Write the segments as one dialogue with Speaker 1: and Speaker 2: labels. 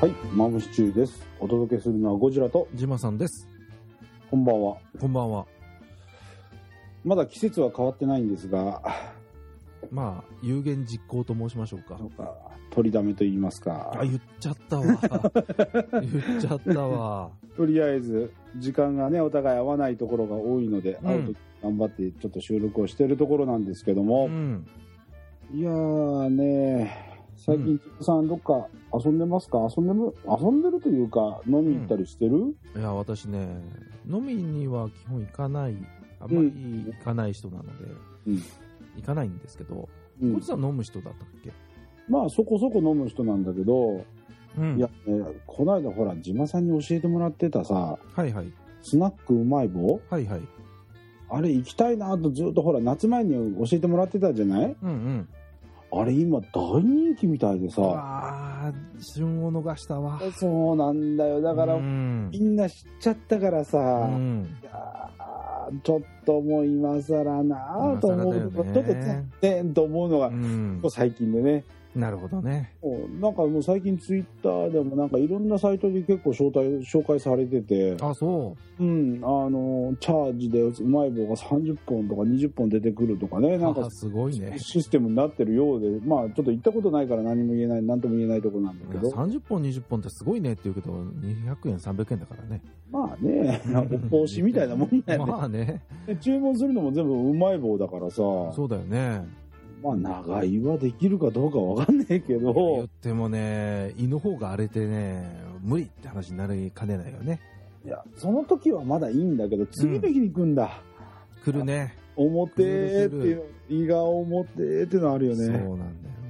Speaker 1: はい、マムシチューです。お届けするのはゴジラと、
Speaker 2: ジマさんです。
Speaker 1: こんばんは。
Speaker 2: こんばんは。
Speaker 1: まだ季節は変わってないんですが、
Speaker 2: まあ、有言実行と申しましょうか
Speaker 1: ど。うか取りだめと言いますか
Speaker 2: あ、。言っち ゃったわ。言っちゃったわ。
Speaker 1: とりあえず、時間がね、お互い合わないところが多いので、
Speaker 2: うん
Speaker 1: 会うとき頑張ってちょっと収録をしてるところなんですけど
Speaker 2: う
Speaker 1: も、
Speaker 2: ん。
Speaker 1: いやーね、最
Speaker 2: う
Speaker 1: 近、ジムさんどっか遊んでますか遊んでる、遊んでるというか、飲み行ったりしてる、
Speaker 2: いや、私ね、飲みには基本行かない、あんまり行かない人なので、
Speaker 1: うん
Speaker 2: 行かないんですけど、
Speaker 1: うん
Speaker 2: こいつは飲む人だったっけ
Speaker 1: まあ、そこそこ飲む人なんだけど、
Speaker 2: うん
Speaker 1: いや、ね、この間ほら、ジマさんに教えてもらってたさ、
Speaker 2: はいはい。
Speaker 1: スナックうまい棒
Speaker 2: はいはい。
Speaker 1: あれ行きたいなとずっとほら夏前に教えてもらってたじゃない
Speaker 2: うんうん。
Speaker 1: あれ今大人気みたいで
Speaker 2: う
Speaker 1: さ
Speaker 2: わー、旬を逃したわ。
Speaker 1: そうなんだよだから
Speaker 2: うん
Speaker 1: み。んな知っちゃったからさ、
Speaker 2: うん
Speaker 1: いやーちょっともう今更なあと思う
Speaker 2: 今更だよね
Speaker 1: ちょっとねえんと思うのが、
Speaker 2: うん
Speaker 1: ここ最近でね
Speaker 2: なるほどね。
Speaker 1: もうなんかもう最近ツイッターでもなんかいろんなサイトで結構招待紹介されてて
Speaker 2: あ、そう。
Speaker 1: うんあのチャージでうまい棒が30本とか20本出てくるとかねなんか
Speaker 2: あすごいね。
Speaker 1: システムになってるようで、まあ、ちょっと行ったことないから何も言えない、なんとも言えないところなんだ
Speaker 2: い
Speaker 1: け
Speaker 2: や
Speaker 1: ど、
Speaker 2: 30本、20本ってすごいねって言うけど、200円、300円だからね。
Speaker 1: まあね、お通しみたいなもんだよね。
Speaker 2: まあね、
Speaker 1: で注文するのも全部うまい棒だからさ、
Speaker 2: そうだよね。
Speaker 1: まあ、長居はできるかどうかわかんねえけ
Speaker 2: 言
Speaker 1: ど
Speaker 2: っ、てもね、胃の方が荒れてね、無理って話になりかねないよね。
Speaker 1: いや、その時はまだいいんだけど、次の日に行くんだ。
Speaker 2: 来るね。
Speaker 1: 表っていう、胃が表っていうのあるよ
Speaker 2: そう
Speaker 1: ね。
Speaker 2: なんだよ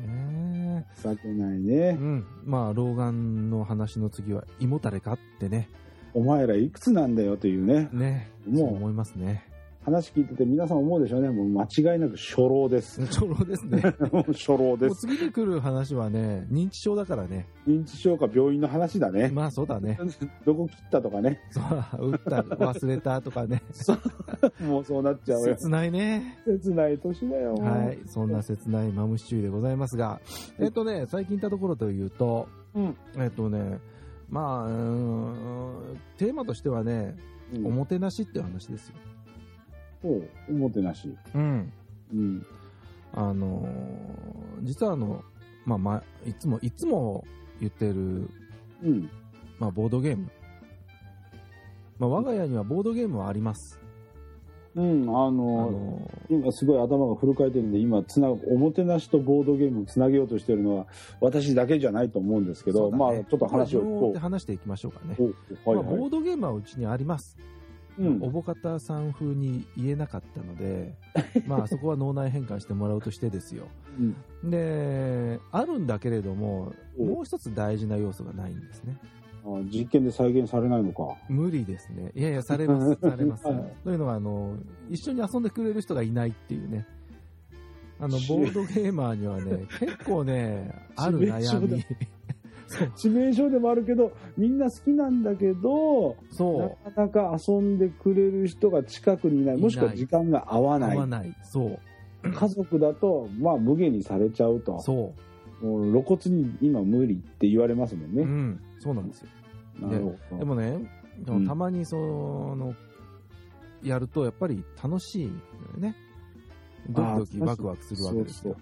Speaker 2: ね。
Speaker 1: 避けないうね。
Speaker 2: ん。まあ、老眼の話の次は、胃もたれかってね。
Speaker 1: お前らいくつなんだよというね。
Speaker 2: ね。
Speaker 1: もう
Speaker 2: そう思いますね。
Speaker 1: 話聞いてて皆さん思うでしょうね。もう間違いなく初老です。
Speaker 2: ちょろですね。
Speaker 1: 初老 で
Speaker 2: もう
Speaker 1: す。
Speaker 2: 次に来る話はね、認知症だからね。
Speaker 1: 認知症か病院の話だね。
Speaker 2: まあ、そう だね。
Speaker 1: どこ切ったとか ね、
Speaker 2: そう、打った、忘れたとかね。
Speaker 1: もうそうなっちゃうよ。
Speaker 2: 切ないね。
Speaker 1: 切ない年だよ。
Speaker 2: はい、そんな切ないマムシチューでございま すが、えっとね、最近行ったところというと、
Speaker 1: うん
Speaker 2: えっとね、まあうーん、テーマとしてはね、
Speaker 1: うん。
Speaker 2: おもてなしっていう話ですよ。
Speaker 1: おうおもてなし。
Speaker 2: うん。
Speaker 1: うん。
Speaker 2: あのー実はあの、まあ、まあ、いつも、いつも言ってる、
Speaker 1: うん。
Speaker 2: まあ、ボードゲーム。まあ、我が家にはボードゲームはあります。
Speaker 1: うん、あ
Speaker 2: あ
Speaker 1: の
Speaker 2: の
Speaker 1: 今すごい頭がフル回転で、今つな、おもてなしとボードゲームをつなげようとしてるのは、私だけじゃないと思うんですけ
Speaker 2: け
Speaker 1: ど、まあ、ちょっと話を聞こ
Speaker 2: で話していきましょうかね。
Speaker 1: う。おはい
Speaker 2: まあ、
Speaker 1: は
Speaker 2: ボ
Speaker 1: い。
Speaker 2: ードゲームはうちにあります。
Speaker 1: うん
Speaker 2: おぼかたさん風に言えなかった ので、まあそこは脳内変換してもらうとしてですよ。
Speaker 1: うん
Speaker 2: で、あるんだけれども、
Speaker 1: お
Speaker 2: もう一つ大事な要素がないんですね。
Speaker 1: あ実験で再現されないのか。
Speaker 2: 無理ですね。いやいや、されます、 されます。
Speaker 1: はい
Speaker 2: というのは、あの、一緒に遊んでくれる人がいないっていうね。あの、ボードゲーマーには ね、結構ね、ある悩み。そう
Speaker 1: 致命傷でもあるけど、みんな好きなんだけど、な
Speaker 2: そ
Speaker 1: かなか遊んでくれる人が近くにいない、もしくは時間が合わ
Speaker 2: う、
Speaker 1: な
Speaker 2: 合
Speaker 1: い
Speaker 2: わ。ない。そう、
Speaker 1: 家族だと、まあ、無限にされちゃうと。
Speaker 2: そ
Speaker 1: もう露骨に今無理って言われますもん
Speaker 2: う、う
Speaker 1: ね。
Speaker 2: ん、そうなんですよ。
Speaker 1: なるほ
Speaker 2: で
Speaker 1: ど。
Speaker 2: もね、で
Speaker 1: うん
Speaker 2: もたまにその、やるとやっぱり楽しいのよね。ドキドキ
Speaker 1: あー
Speaker 2: ワクワクするわけですよ。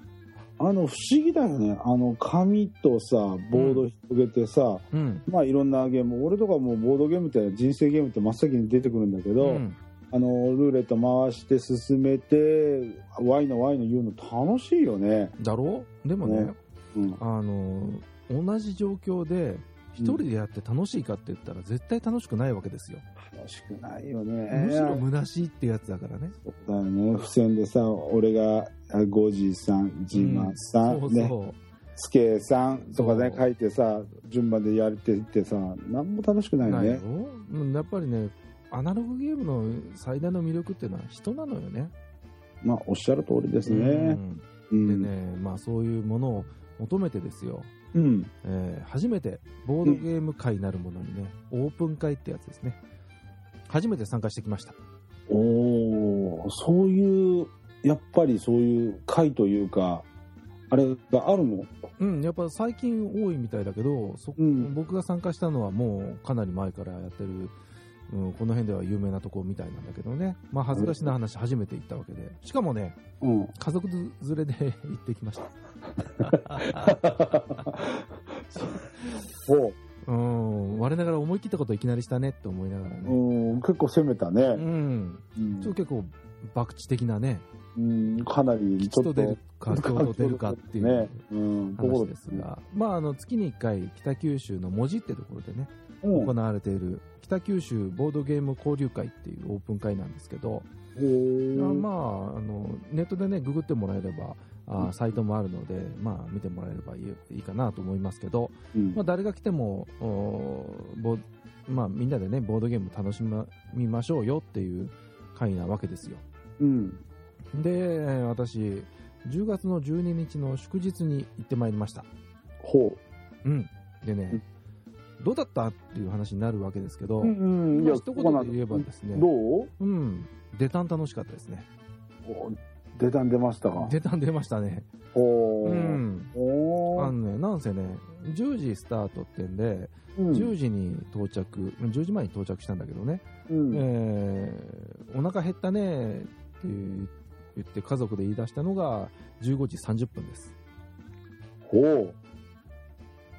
Speaker 1: あの、不思議だよね。あの、紙とさ、ボード広げてさ、
Speaker 2: うん。
Speaker 1: まあいろんなゲーム、俺とかもうボードゲームって人生ゲームって真っ先に出てくるんだけど、
Speaker 2: ん
Speaker 1: あの、ルーレット回して進めて、Y の Y の言うの楽しいよね。
Speaker 2: だろうでもね、
Speaker 1: ねうん。
Speaker 2: あの、同じ状況で、一人でやって楽しいかって言ったら絶対楽しくないわけですよ。
Speaker 1: 楽しくないよね。
Speaker 2: むしろ虚しいってやつだからね。
Speaker 1: そうだよね。付箋でさ、俺が、あゴジさん、ジマさん、
Speaker 2: そう
Speaker 1: ね、
Speaker 2: そ
Speaker 1: スケさんとかね、
Speaker 2: そう
Speaker 1: 書いてさ、順番でやっていってさ、なんも楽しくな
Speaker 2: う。
Speaker 1: いよ
Speaker 2: ないよ
Speaker 1: ね。。
Speaker 2: うんやっぱりね、アナログゲームの最大の魅力っていうのは人なのよね。
Speaker 1: まあ、おっしゃる通りです
Speaker 2: う
Speaker 1: ね。
Speaker 2: ん
Speaker 1: う
Speaker 2: で
Speaker 1: ん。
Speaker 2: ね、まあそういうものを求めてですよ。
Speaker 1: うん。
Speaker 2: えー初めてボードゲーム会なるものにね、オープン会ってやつですね。初めて参加してきました。
Speaker 1: おーそういう、やっぱりそういう会というか、あれがあるの
Speaker 2: うん、やっぱ最近多いみたいだけど、そ
Speaker 1: うん
Speaker 2: 僕が参加したのはもうかなり前からやってる、うん、この辺では有名なとこみたいなんだけどね、まあ、恥ずかしな話、初めて行ったわけで、しかもね、
Speaker 1: うん。
Speaker 2: 家族連れで行ってきました。
Speaker 1: おう
Speaker 2: うん、我ながら思い切ったこといきなりしたねって思いながらね、
Speaker 1: うん、結構攻めた
Speaker 2: う
Speaker 1: ね。
Speaker 2: ん、
Speaker 1: うん
Speaker 2: ちょっと結構、博打的なね、
Speaker 1: うん、かなりち
Speaker 2: 吉
Speaker 1: ょ
Speaker 2: と
Speaker 1: っと
Speaker 2: 出。るか、京都出るかっていう。
Speaker 1: ね。うん、ところ
Speaker 2: 話です。が、まあ、あの月に1回北九州の門司ってところでね、
Speaker 1: うん。
Speaker 2: 行われている北九州ボードゲーム交流会っていうオープン会なんですけど、
Speaker 1: へえ
Speaker 2: あまああのネットでねググってもらえればあーサイトもあるので、まあ、見てもらえればいいいいかなと思いますけど、
Speaker 1: うん
Speaker 2: まあ、誰が来てもおーボーまあ、みんなでねボードゲーム楽しみましょうよっていう会なわけですよ
Speaker 1: うん。
Speaker 2: で私10月の12日の祝日に行ってまいりました
Speaker 1: ほ
Speaker 2: うん、でね、どうだったっていう話になるわけですけど、
Speaker 1: う。うん、
Speaker 2: まあ、一
Speaker 1: ここな
Speaker 2: 言
Speaker 1: ん
Speaker 2: で言えばですね、
Speaker 1: どう
Speaker 2: うん、出たん楽しかったですね。
Speaker 1: お出たん出ましたか。
Speaker 2: 出たん出ましたね。
Speaker 1: お
Speaker 2: う
Speaker 1: ー
Speaker 2: ん。あ
Speaker 1: おー。
Speaker 2: のね、なんせね、10時スタートってんで、
Speaker 1: うん
Speaker 2: 10時に到着、10時前に到着したんだけどね、
Speaker 1: うん。
Speaker 2: えーお腹減ったねって言って家族で言い出したのが15時30分です。
Speaker 1: ほう。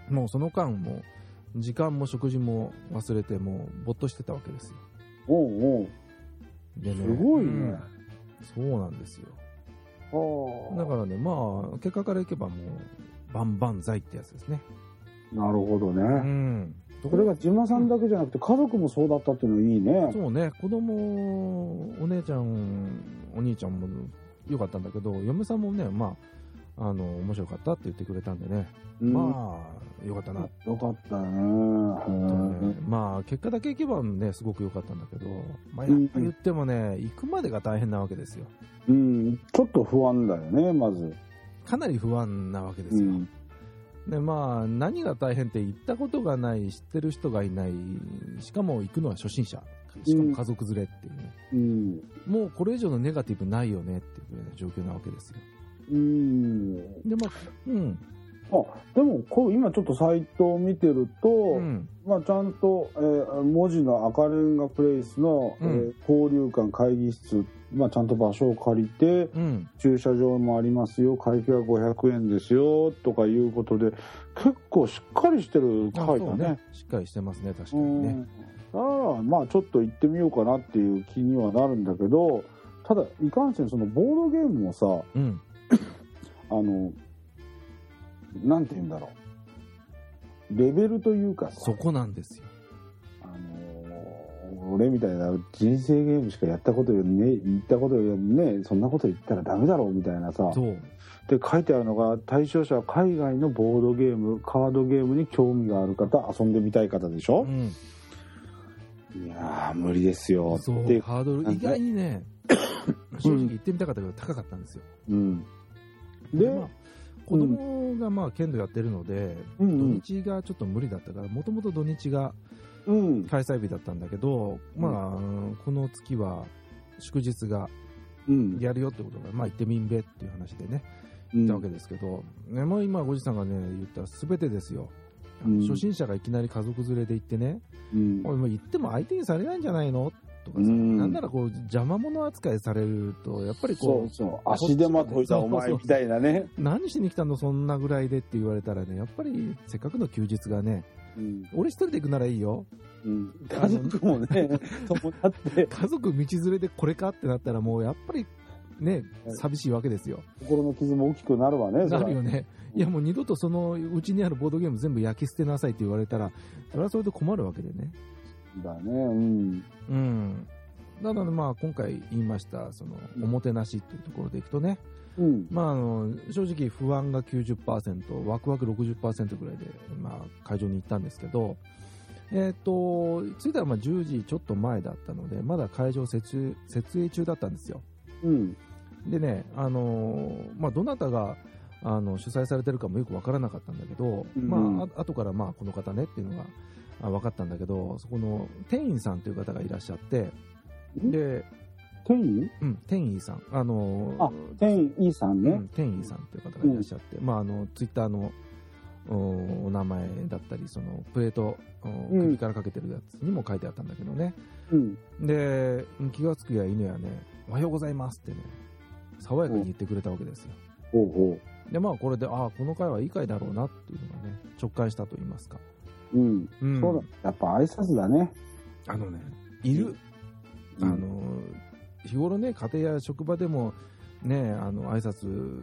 Speaker 2: もうその間も、時間も食事も忘れて、もうぼっとしてたわけですよ。
Speaker 1: おうおう。
Speaker 2: でね
Speaker 1: すごいね。
Speaker 2: うんそうなんですよ。
Speaker 1: はあ
Speaker 2: だからね、まあ、結果からいけばもう、バンバン剤ってやつですね。
Speaker 1: なるほど
Speaker 2: う
Speaker 1: ね。
Speaker 2: ん。
Speaker 1: これがジマさんだけじゃなくて、家族もそうだったっていうのはいいね。
Speaker 2: そうね、子供、お姉ちゃん、お兄ちゃんも良かったんだけど、嫁さんもね、まあ、あの、面白かったって言ってくれたんでね、
Speaker 1: うん
Speaker 2: まあ、良かったなって、
Speaker 1: よかったね。
Speaker 2: ね。まあ、結果だけいけばね、すごく良かったんだけど、まあ、やっぱり言ってもね、行くまでが大変なわけですよ。
Speaker 1: うん、ちょっと不安だよね、まず。
Speaker 2: かなり不安なわけで
Speaker 1: う
Speaker 2: すよ。
Speaker 1: ん、
Speaker 2: でまあ、何が大変って行ったことがない、知ってる人がいない、しかも行くのは初心者、しかも家族連れっていうね、
Speaker 1: うん、
Speaker 2: もうこれ以上のネガティブないよねっていうぐらいの状況なわけですよ。
Speaker 1: うん。
Speaker 2: で、まあ、うん、
Speaker 1: あ、でも、こう、今ちょっとサイトを見てると、
Speaker 2: うん、
Speaker 1: まあ、ちゃんと、えー文字の赤レンガプレイスの、
Speaker 2: うん
Speaker 1: えー交流館会議室、まあ、ちゃんと場所を借りて、
Speaker 2: うん、
Speaker 1: 駐車場もありますよ、会費は500円ですよ、とかいうことで、結構しっかりしてる
Speaker 2: あ
Speaker 1: 会
Speaker 2: そ
Speaker 1: だ
Speaker 2: う
Speaker 1: ね。。
Speaker 2: しっかりしてますね、確か
Speaker 1: う
Speaker 2: に
Speaker 1: ん
Speaker 2: ね。
Speaker 1: ああまあちょっと行ってみようかなっていう気にはなるんだけどただいかんせんそのボードゲームもさ
Speaker 2: うん、
Speaker 1: あのなんて言うんだろうレベルというかさ
Speaker 2: そこなんですよ。
Speaker 1: あの俺みたいな人生ゲームしかやったことよりね言ったことよりねそんなこと言ったらダメだろうみたいなさ
Speaker 2: そう。
Speaker 1: で書いてあるのが対象者は海外のボードゲームカードゲームに興味がある方遊んでみたい方でしょ
Speaker 2: う、ん、
Speaker 1: いやー無理ですよ
Speaker 2: そ
Speaker 1: って
Speaker 2: う、ハードル、意外にね、正直行ってみたかったけど、高かったんですよ。
Speaker 1: うん、で、
Speaker 2: で、まあ、子供がまあ、剣道やってるので、
Speaker 1: う
Speaker 2: 土
Speaker 1: ん
Speaker 2: 日がちょっと無理だったから、もともと土日が
Speaker 1: うんうん
Speaker 2: 開催日だったんだけど、まあ、この月は祝日が
Speaker 1: うん
Speaker 2: やるよってことが、まあ、行ってみんべっていう話でね、
Speaker 1: う
Speaker 2: 行っ
Speaker 1: ん
Speaker 2: たわけですけど、ねもう今、ごじさんがね、言ったすべてですよ。
Speaker 1: うん
Speaker 2: 初心者がいきなり家族連れで行ってね、
Speaker 1: うん
Speaker 2: おいもう行っても相手にされないんじゃないのとかさ、
Speaker 1: うん
Speaker 2: なんならこう邪魔者扱いされると、やっぱり
Speaker 1: そ
Speaker 2: こ
Speaker 1: うそう足手まといだお前みたいなね
Speaker 2: う、何しに来たの、そんなぐらいでって言われたらね、やっぱりせっかくの休日がね、
Speaker 1: うん
Speaker 2: 俺一人で行くならいいよ、
Speaker 1: うん家族も ね友達って
Speaker 2: 家族道連れでこれかってなったらもうやっぱりね寂しいわけですよ、
Speaker 1: 心の傷も大きくなるわね
Speaker 2: な
Speaker 1: そ
Speaker 2: る
Speaker 1: れ
Speaker 2: よ
Speaker 1: は
Speaker 2: ね
Speaker 1: うん
Speaker 2: いやもう二度とそのうちにあるボードゲーム全部焼き捨てなさいって言われたらそれはそれで困るわけでね
Speaker 1: だねうん
Speaker 2: うんなのでまあ今回言いましたそのおもてなしっていうところでいくとね、
Speaker 1: うん
Speaker 2: まあ、あの正直不安が90%ワクワク60%ぐらいで、まあ、会場に行ったんですけどえっ、と着いたらまあ10時ちょっと前だったのでまだ会場設営設営中だったんですよ
Speaker 1: うん
Speaker 2: でね、あのーまあ、どなたがあの主催されてるかもよく分からなかったんだけど、
Speaker 1: うん
Speaker 2: まあ、あ後からまあこの方ねっていうのがあ分かったんだけど、そこの店員さんという方がいらっしゃって、
Speaker 1: うん
Speaker 2: で
Speaker 1: 天意
Speaker 2: うん、天意さん、あの
Speaker 1: あ、天意さん
Speaker 2: う
Speaker 1: ね
Speaker 2: ん。天意さんという方がいらっしゃって、まあ、あのツイッターのおお名前だったりそのプレートお
Speaker 1: うん
Speaker 2: 首からかけてるやつにも書いてあったんだけどね、
Speaker 1: うん。
Speaker 2: で気が付くや犬やね「おはようございます」ってね爽やかに言ってくれたわけですよ
Speaker 1: ほうほ
Speaker 2: でまあこれでああこの回はいい回だろうなっていうのがね直感したと言いますか、
Speaker 1: う。うん。
Speaker 2: うん
Speaker 1: そうだ。やっぱ挨拶だね。
Speaker 2: あのねいる、
Speaker 1: うん
Speaker 2: あの日頃ね家庭や職場でもねあの挨拶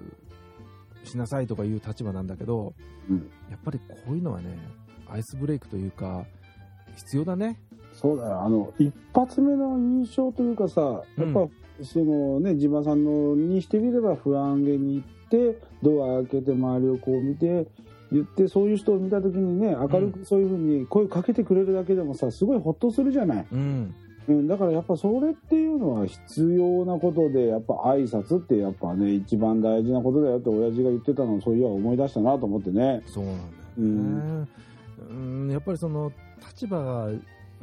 Speaker 2: しなさいとかいう立場なんだけど、
Speaker 1: うん
Speaker 2: やっぱりこういうのはねアイスブレイクというか必要だね
Speaker 1: そうだよ。あの、一発目の印象というかさ、やっぱ、
Speaker 2: う
Speaker 1: そのね、地場さんのにしてみれば不安げに行って、ドア開けて周りをこう見て、言って、そういう人を見た時にね、明るくそういうふうに声かけてくれるだけでもさ、すごいほっとするじゃない。
Speaker 2: うん
Speaker 1: うん、だからやっぱそれっていうのは必要なことで、やっぱ挨拶ってやっぱね、一番大事なことだよって親父が言ってたのをそういや思い出したなと思ってね。
Speaker 2: そうなんだよね、うんやっぱりその立場が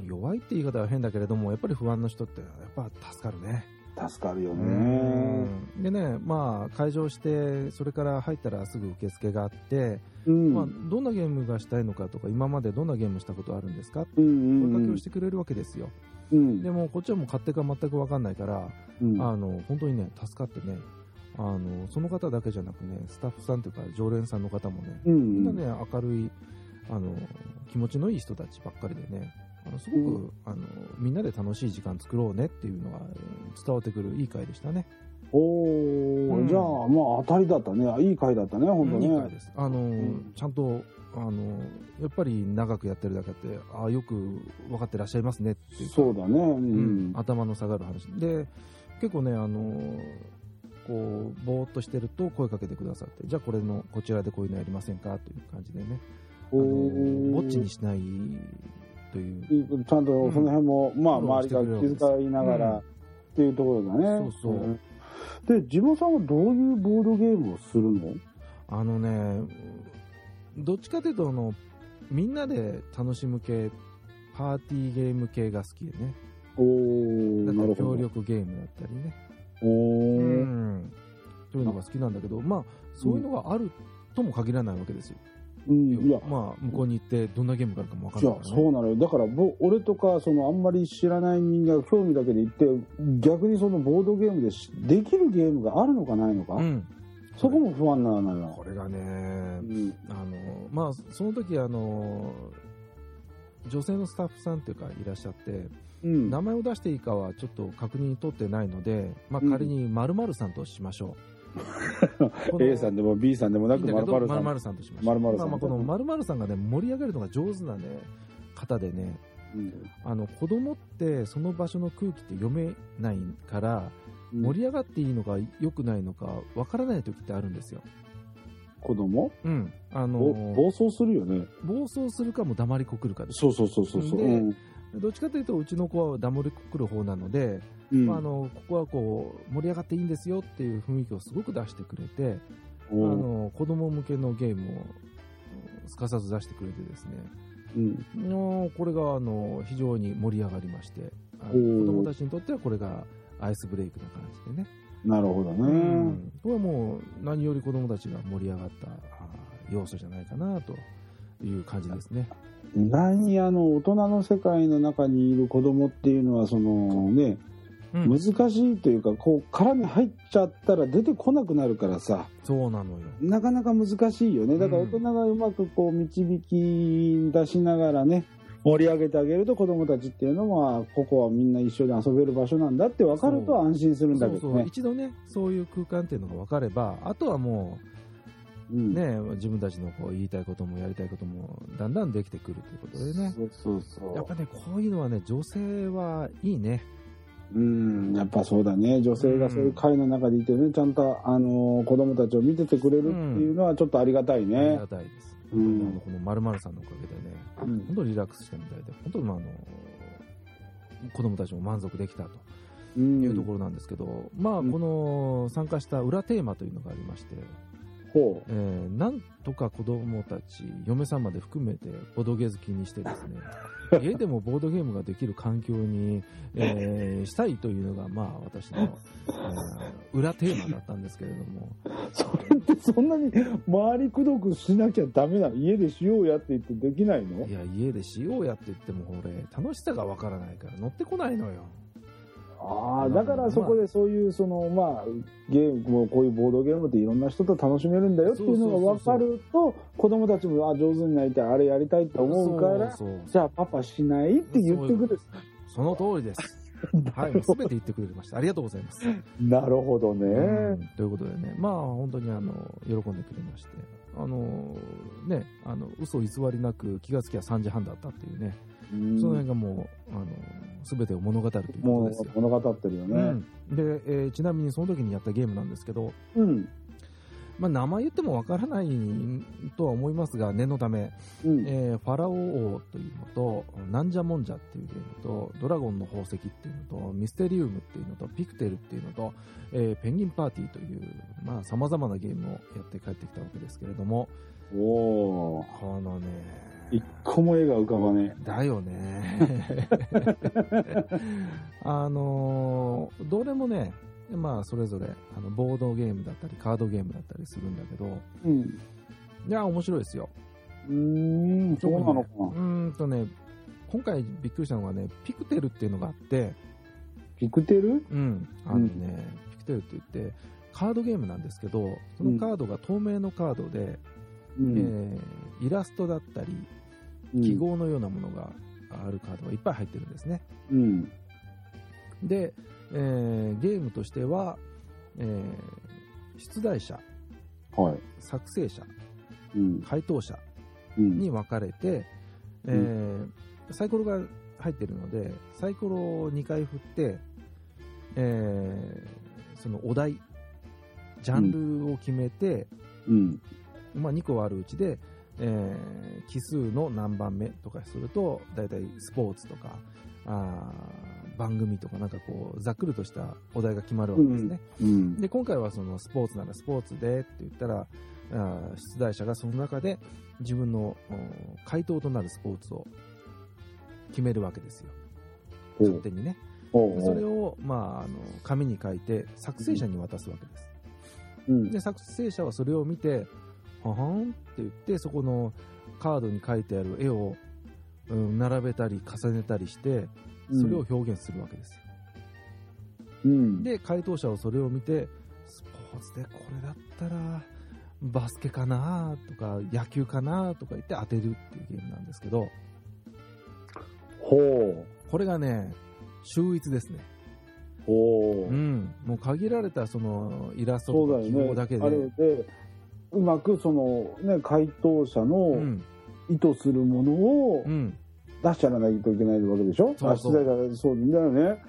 Speaker 2: 弱いって言い方は変だけれどもやっぱり不安の人ってやっぱ助かるね
Speaker 1: 助かるよ
Speaker 2: う
Speaker 1: ね。
Speaker 2: んでねまあ会場してそれから入ったらすぐ受付があって
Speaker 1: うん。
Speaker 2: まあ、どんなゲームがしたいのかとか、今までどんなゲームしたことあるんですかっ
Speaker 1: う
Speaker 2: て
Speaker 1: ん
Speaker 2: 声
Speaker 1: う
Speaker 2: か
Speaker 1: ん
Speaker 2: け
Speaker 1: う
Speaker 2: を
Speaker 1: ん
Speaker 2: してくれるわけですよ。
Speaker 1: うん
Speaker 2: でも、こっちはもう勝手か全く分かんないから、
Speaker 1: うん
Speaker 2: あの本当にね、助かってねあの、その方だけじゃなくね、スタッフさんというか、常連さんの方もね、
Speaker 1: うん
Speaker 2: みんなね、明るいあの、気持ちのいい人たちばっかりでね、あのすごく、
Speaker 1: う
Speaker 2: あのみんなで楽しい時間作ろうねっていうのがえー伝わってくるいい回でしたね。
Speaker 1: おー、
Speaker 2: うん
Speaker 1: じゃあ、まあ当たりだったね。いい回だったね、本当
Speaker 2: うん
Speaker 1: ね。
Speaker 2: いい回です。あの、
Speaker 1: ん
Speaker 2: ちゃんと、あの、やっぱり長くやってるだけあって、あよく分かってらっしゃいますねっていうか
Speaker 1: そうだね。う
Speaker 2: う
Speaker 1: ん。
Speaker 2: ん頭の下がる話。で、結構ね、あの、こう、ぼーっとしてると声かけてくださって、じゃあこれの、こちらでこういうのやりませんかという感じでね、あのぼっちに
Speaker 1: し
Speaker 2: しないという。
Speaker 1: ちゃんとその辺も、まあ
Speaker 2: フォロー
Speaker 1: 周
Speaker 2: し
Speaker 1: り
Speaker 2: てく
Speaker 1: が
Speaker 2: れるわけです
Speaker 1: 気遣いながら、
Speaker 2: うん
Speaker 1: っていうところだね。
Speaker 2: そうそうん
Speaker 1: で、地元さんはどういうボードゲームをするの
Speaker 2: あのね、どっちかというと、あの、みんなで楽しむ系、パーティーゲーム系が好きでね。
Speaker 1: お
Speaker 2: だ
Speaker 1: ー、
Speaker 2: か
Speaker 1: な
Speaker 2: ら
Speaker 1: る
Speaker 2: 協
Speaker 1: ほど。
Speaker 2: 力ゲームだったりね。
Speaker 1: お
Speaker 2: う
Speaker 1: ー
Speaker 2: ん。というのが好きなんだけど、まあ、そういうのがあるとも限らないわけですよ。
Speaker 1: うん。いや、
Speaker 2: まあ、向こうに行って、どんなゲームがあるかもわかん
Speaker 1: じ
Speaker 2: な
Speaker 1: ゃ
Speaker 2: い
Speaker 1: あ
Speaker 2: から、ね。
Speaker 1: そうなのよだからぼ俺とかそのあんまり知らない人間が興味だけで行って逆にそのボードゲームでしできるゲームがあるのかないのか、
Speaker 2: うん。
Speaker 1: そこも不安なのよ
Speaker 2: こ、れが
Speaker 1: う
Speaker 2: ね、
Speaker 1: ん、
Speaker 2: あの、まあ、その時、あの、女性のスタッフさんっていうかいらっしゃって、
Speaker 1: うん
Speaker 2: 名前を出していいかはちょっと確認取ってないので、まあ、
Speaker 1: うん
Speaker 2: 仮に〇〇さんとしましょう。この
Speaker 1: A さん でも B さんでも
Speaker 2: い
Speaker 1: ないく
Speaker 2: んだ
Speaker 1: ま
Speaker 2: け
Speaker 1: る
Speaker 2: ど
Speaker 1: まる
Speaker 2: 〇
Speaker 1: さん
Speaker 2: 〇さんとしましょう。
Speaker 1: 〇〇さん
Speaker 2: まあまあこの〇〇さんがね、盛り上げるのが上手なね、方でね、
Speaker 1: うん
Speaker 2: あの子供ってその場所の空気って読めないから盛り上がっていいのか良くないのかわからない時ってあるんですよ。
Speaker 1: 子供
Speaker 2: うん、
Speaker 1: ぼ
Speaker 2: あの
Speaker 1: 暴走するよね
Speaker 2: 暴走するかも黙りこくるかです
Speaker 1: そうそうそうそうそう、
Speaker 2: で
Speaker 1: うん
Speaker 2: どっちかというとうちの子は黙りこくる方なので、
Speaker 1: うん
Speaker 2: まあ、あのここはこう盛り上がっていいんですよっていう雰囲気をすごく出してくれてあ
Speaker 1: おう
Speaker 2: の子供向けのゲームをうんすかさず出してくれてですね
Speaker 1: うん
Speaker 2: のこれがあの非常に盛り上がりまして
Speaker 1: お
Speaker 2: あの
Speaker 1: ー
Speaker 2: 子供たちにとってはこれがアイスブレイクな感じでね、
Speaker 1: なるほど
Speaker 2: う
Speaker 1: ね、
Speaker 2: これはもう何より子供たちが盛り上がったあー要素じゃないかなという感じですね。
Speaker 1: 意外にあの大人の世界の中にいる子供っていうのはそのね
Speaker 2: うん
Speaker 1: 難しいというかこう殻に入っちゃったら出てこなくなるからさ
Speaker 2: そうなのよ。
Speaker 1: なかなか難しいよねだから
Speaker 2: う
Speaker 1: 大人
Speaker 2: ん
Speaker 1: がうまくこう導き出しながらね盛り上げてあげると子供たちっていうのはここはみんな一緒に遊べる場所なんだって分かると安心するん
Speaker 2: そ
Speaker 1: だけ
Speaker 2: うそ
Speaker 1: ど
Speaker 2: う
Speaker 1: ね
Speaker 2: 一度ねそういう空間っていうのが分かればあとはも
Speaker 1: う
Speaker 2: うんね、自分たちのこう言いたいこともやりたいこともだんだんできてくるということでね
Speaker 1: そうそうそう
Speaker 2: やっぱねこういうのはね女性はいいね。
Speaker 1: うんやっぱそうだね女性がそういう会の中でいてねちゃんと、あのー子供たちを見ててくれるっていうのはちょっとありがたい
Speaker 2: あり
Speaker 1: ね
Speaker 2: が、たいです。
Speaker 1: う
Speaker 2: 本当にあの
Speaker 1: ん
Speaker 2: このまるまるさんのおかげでね、
Speaker 1: うん
Speaker 2: 本当にリラックスしたみたいで、本当にまああの子供たちも満足できたと
Speaker 1: うん
Speaker 2: いうところなんですけど、まあこ
Speaker 1: うん
Speaker 2: の参加した裏テーマというのがありまして、
Speaker 1: ほ
Speaker 2: えーなんとか子供たち、嫁さんまで含めてボードゲーズ気にしてです ね、家でもボードゲームができる環境に、えーしたいというのが、まあ私の、えー裏テーマだったんですけれども、
Speaker 1: う。それってそんなに周りくどくしなきゃダメなの家でしようやって言ってできないの
Speaker 2: いや、家でしようやって言っても、俺、楽しさがわからないから乗ってこないのよ。
Speaker 1: ああ、だからそこでそういう、その、まあ、ゲーム、もうこういうボードゲームっていろんな人と楽しめるんだよっていうのが分かると、子供たちも、あ上手になりたい、あれやりたいって思うから、
Speaker 2: そうそう
Speaker 1: じゃあパパしないって言ってくる。
Speaker 2: その通りです。 はい、もう全て言ってくれました。ありがとうございます。
Speaker 1: なるほど
Speaker 2: う
Speaker 1: ね。
Speaker 2: んということでね、まあ本当にあの喜んでくれまして、あのね、あの嘘偽りなく気がつきゃ3時半だったっていうね、
Speaker 1: うん
Speaker 2: その辺がもうあの全てを物語るということ
Speaker 1: も
Speaker 2: です
Speaker 1: う
Speaker 2: よ。
Speaker 1: 物語ってるよ
Speaker 2: う
Speaker 1: ね。
Speaker 2: ん、で、えーちなみにその時にやったゲームなんですけど、
Speaker 1: うん。
Speaker 2: まあ、名前言ってもわからないとは思いますが、念のため、
Speaker 1: うん。
Speaker 2: えーファラオ王というのと、なんじゃもんじゃっていうゲームと、ドラゴンの宝石っていうのと、ミステリウムっていうのと、ピクテルっていうのと、えーペンギンパーティーという、まあ、様々なゲームをやって帰ってきたわけですけれども、
Speaker 1: おお。
Speaker 2: このね、
Speaker 1: 一個も絵が浮かばね
Speaker 2: だよね。あのーどれもね、まあ、それぞれ、あの、ボードゲームだったり、カードゲームだったりするんだけど、
Speaker 1: え。うん。
Speaker 2: いや、面白いですよ。
Speaker 1: うーん、そうなのか
Speaker 2: うーんとね、今回びっくりしたのがね、ピクテルっていうのがあっ
Speaker 1: な。
Speaker 2: て、
Speaker 1: ピクテル
Speaker 2: うん、あのね、ピクテルって言って、カードゲームなんですけど、そのカードが透明のカードで、
Speaker 1: うん。
Speaker 2: えーイラストだったり、記号のようなものがあるカードがいっぱい入ってるんですね。
Speaker 1: うん。
Speaker 2: で、えーゲームとしては、えー出題者、
Speaker 1: はい。
Speaker 2: 作成者、
Speaker 1: うん。
Speaker 2: 回答者
Speaker 1: うん。
Speaker 2: に分かれて、えーサイコロが入ってるので、サイコロを2回振って、えーそのお題、ジャンルを決めて、
Speaker 1: うん。
Speaker 2: まあ、2個あるうちで、えー奇数の何番目とかすると、だいたいスポーツとか、あー番組とか、なんかこう、ざっくりとしたお題が決まるわけですね。
Speaker 1: うん。
Speaker 2: で、今回はそのスポーツならスポーツでって言ったら、あー出題者がその中で自分のうん回答となるスポーツを決めるわけですよ。
Speaker 1: お
Speaker 2: 勝
Speaker 1: う
Speaker 2: 手にね。
Speaker 1: お
Speaker 2: で
Speaker 1: う
Speaker 2: それを、まあ、あの、紙に書いて作成者に渡すわけです。
Speaker 1: うん
Speaker 2: で、作成者はそれを見て、ははんって言って、そこのカードに書いてある絵を、うん並べたり重ねたりして、それを表現するわけですよ。
Speaker 1: うん。
Speaker 2: で、回答者はそれを見て、スポーツでこれだったら、バスケかなとか、野球かなとか言って当てるっていうゲームなんですけど、
Speaker 1: ほう。
Speaker 2: これがね、秀逸ですね。
Speaker 1: ほう。
Speaker 2: うん。もう限られたそのイラスト
Speaker 1: そう
Speaker 2: とか
Speaker 1: だ
Speaker 2: 記
Speaker 1: よね。
Speaker 2: 号だけで、
Speaker 1: あれで、うまくその、ね、回答者
Speaker 2: う
Speaker 1: の
Speaker 2: ん。
Speaker 1: 意図するものを
Speaker 2: うん。
Speaker 1: 出しちゃらないといけないわけでしょ
Speaker 2: そうそう
Speaker 1: あ出題者そうだよね。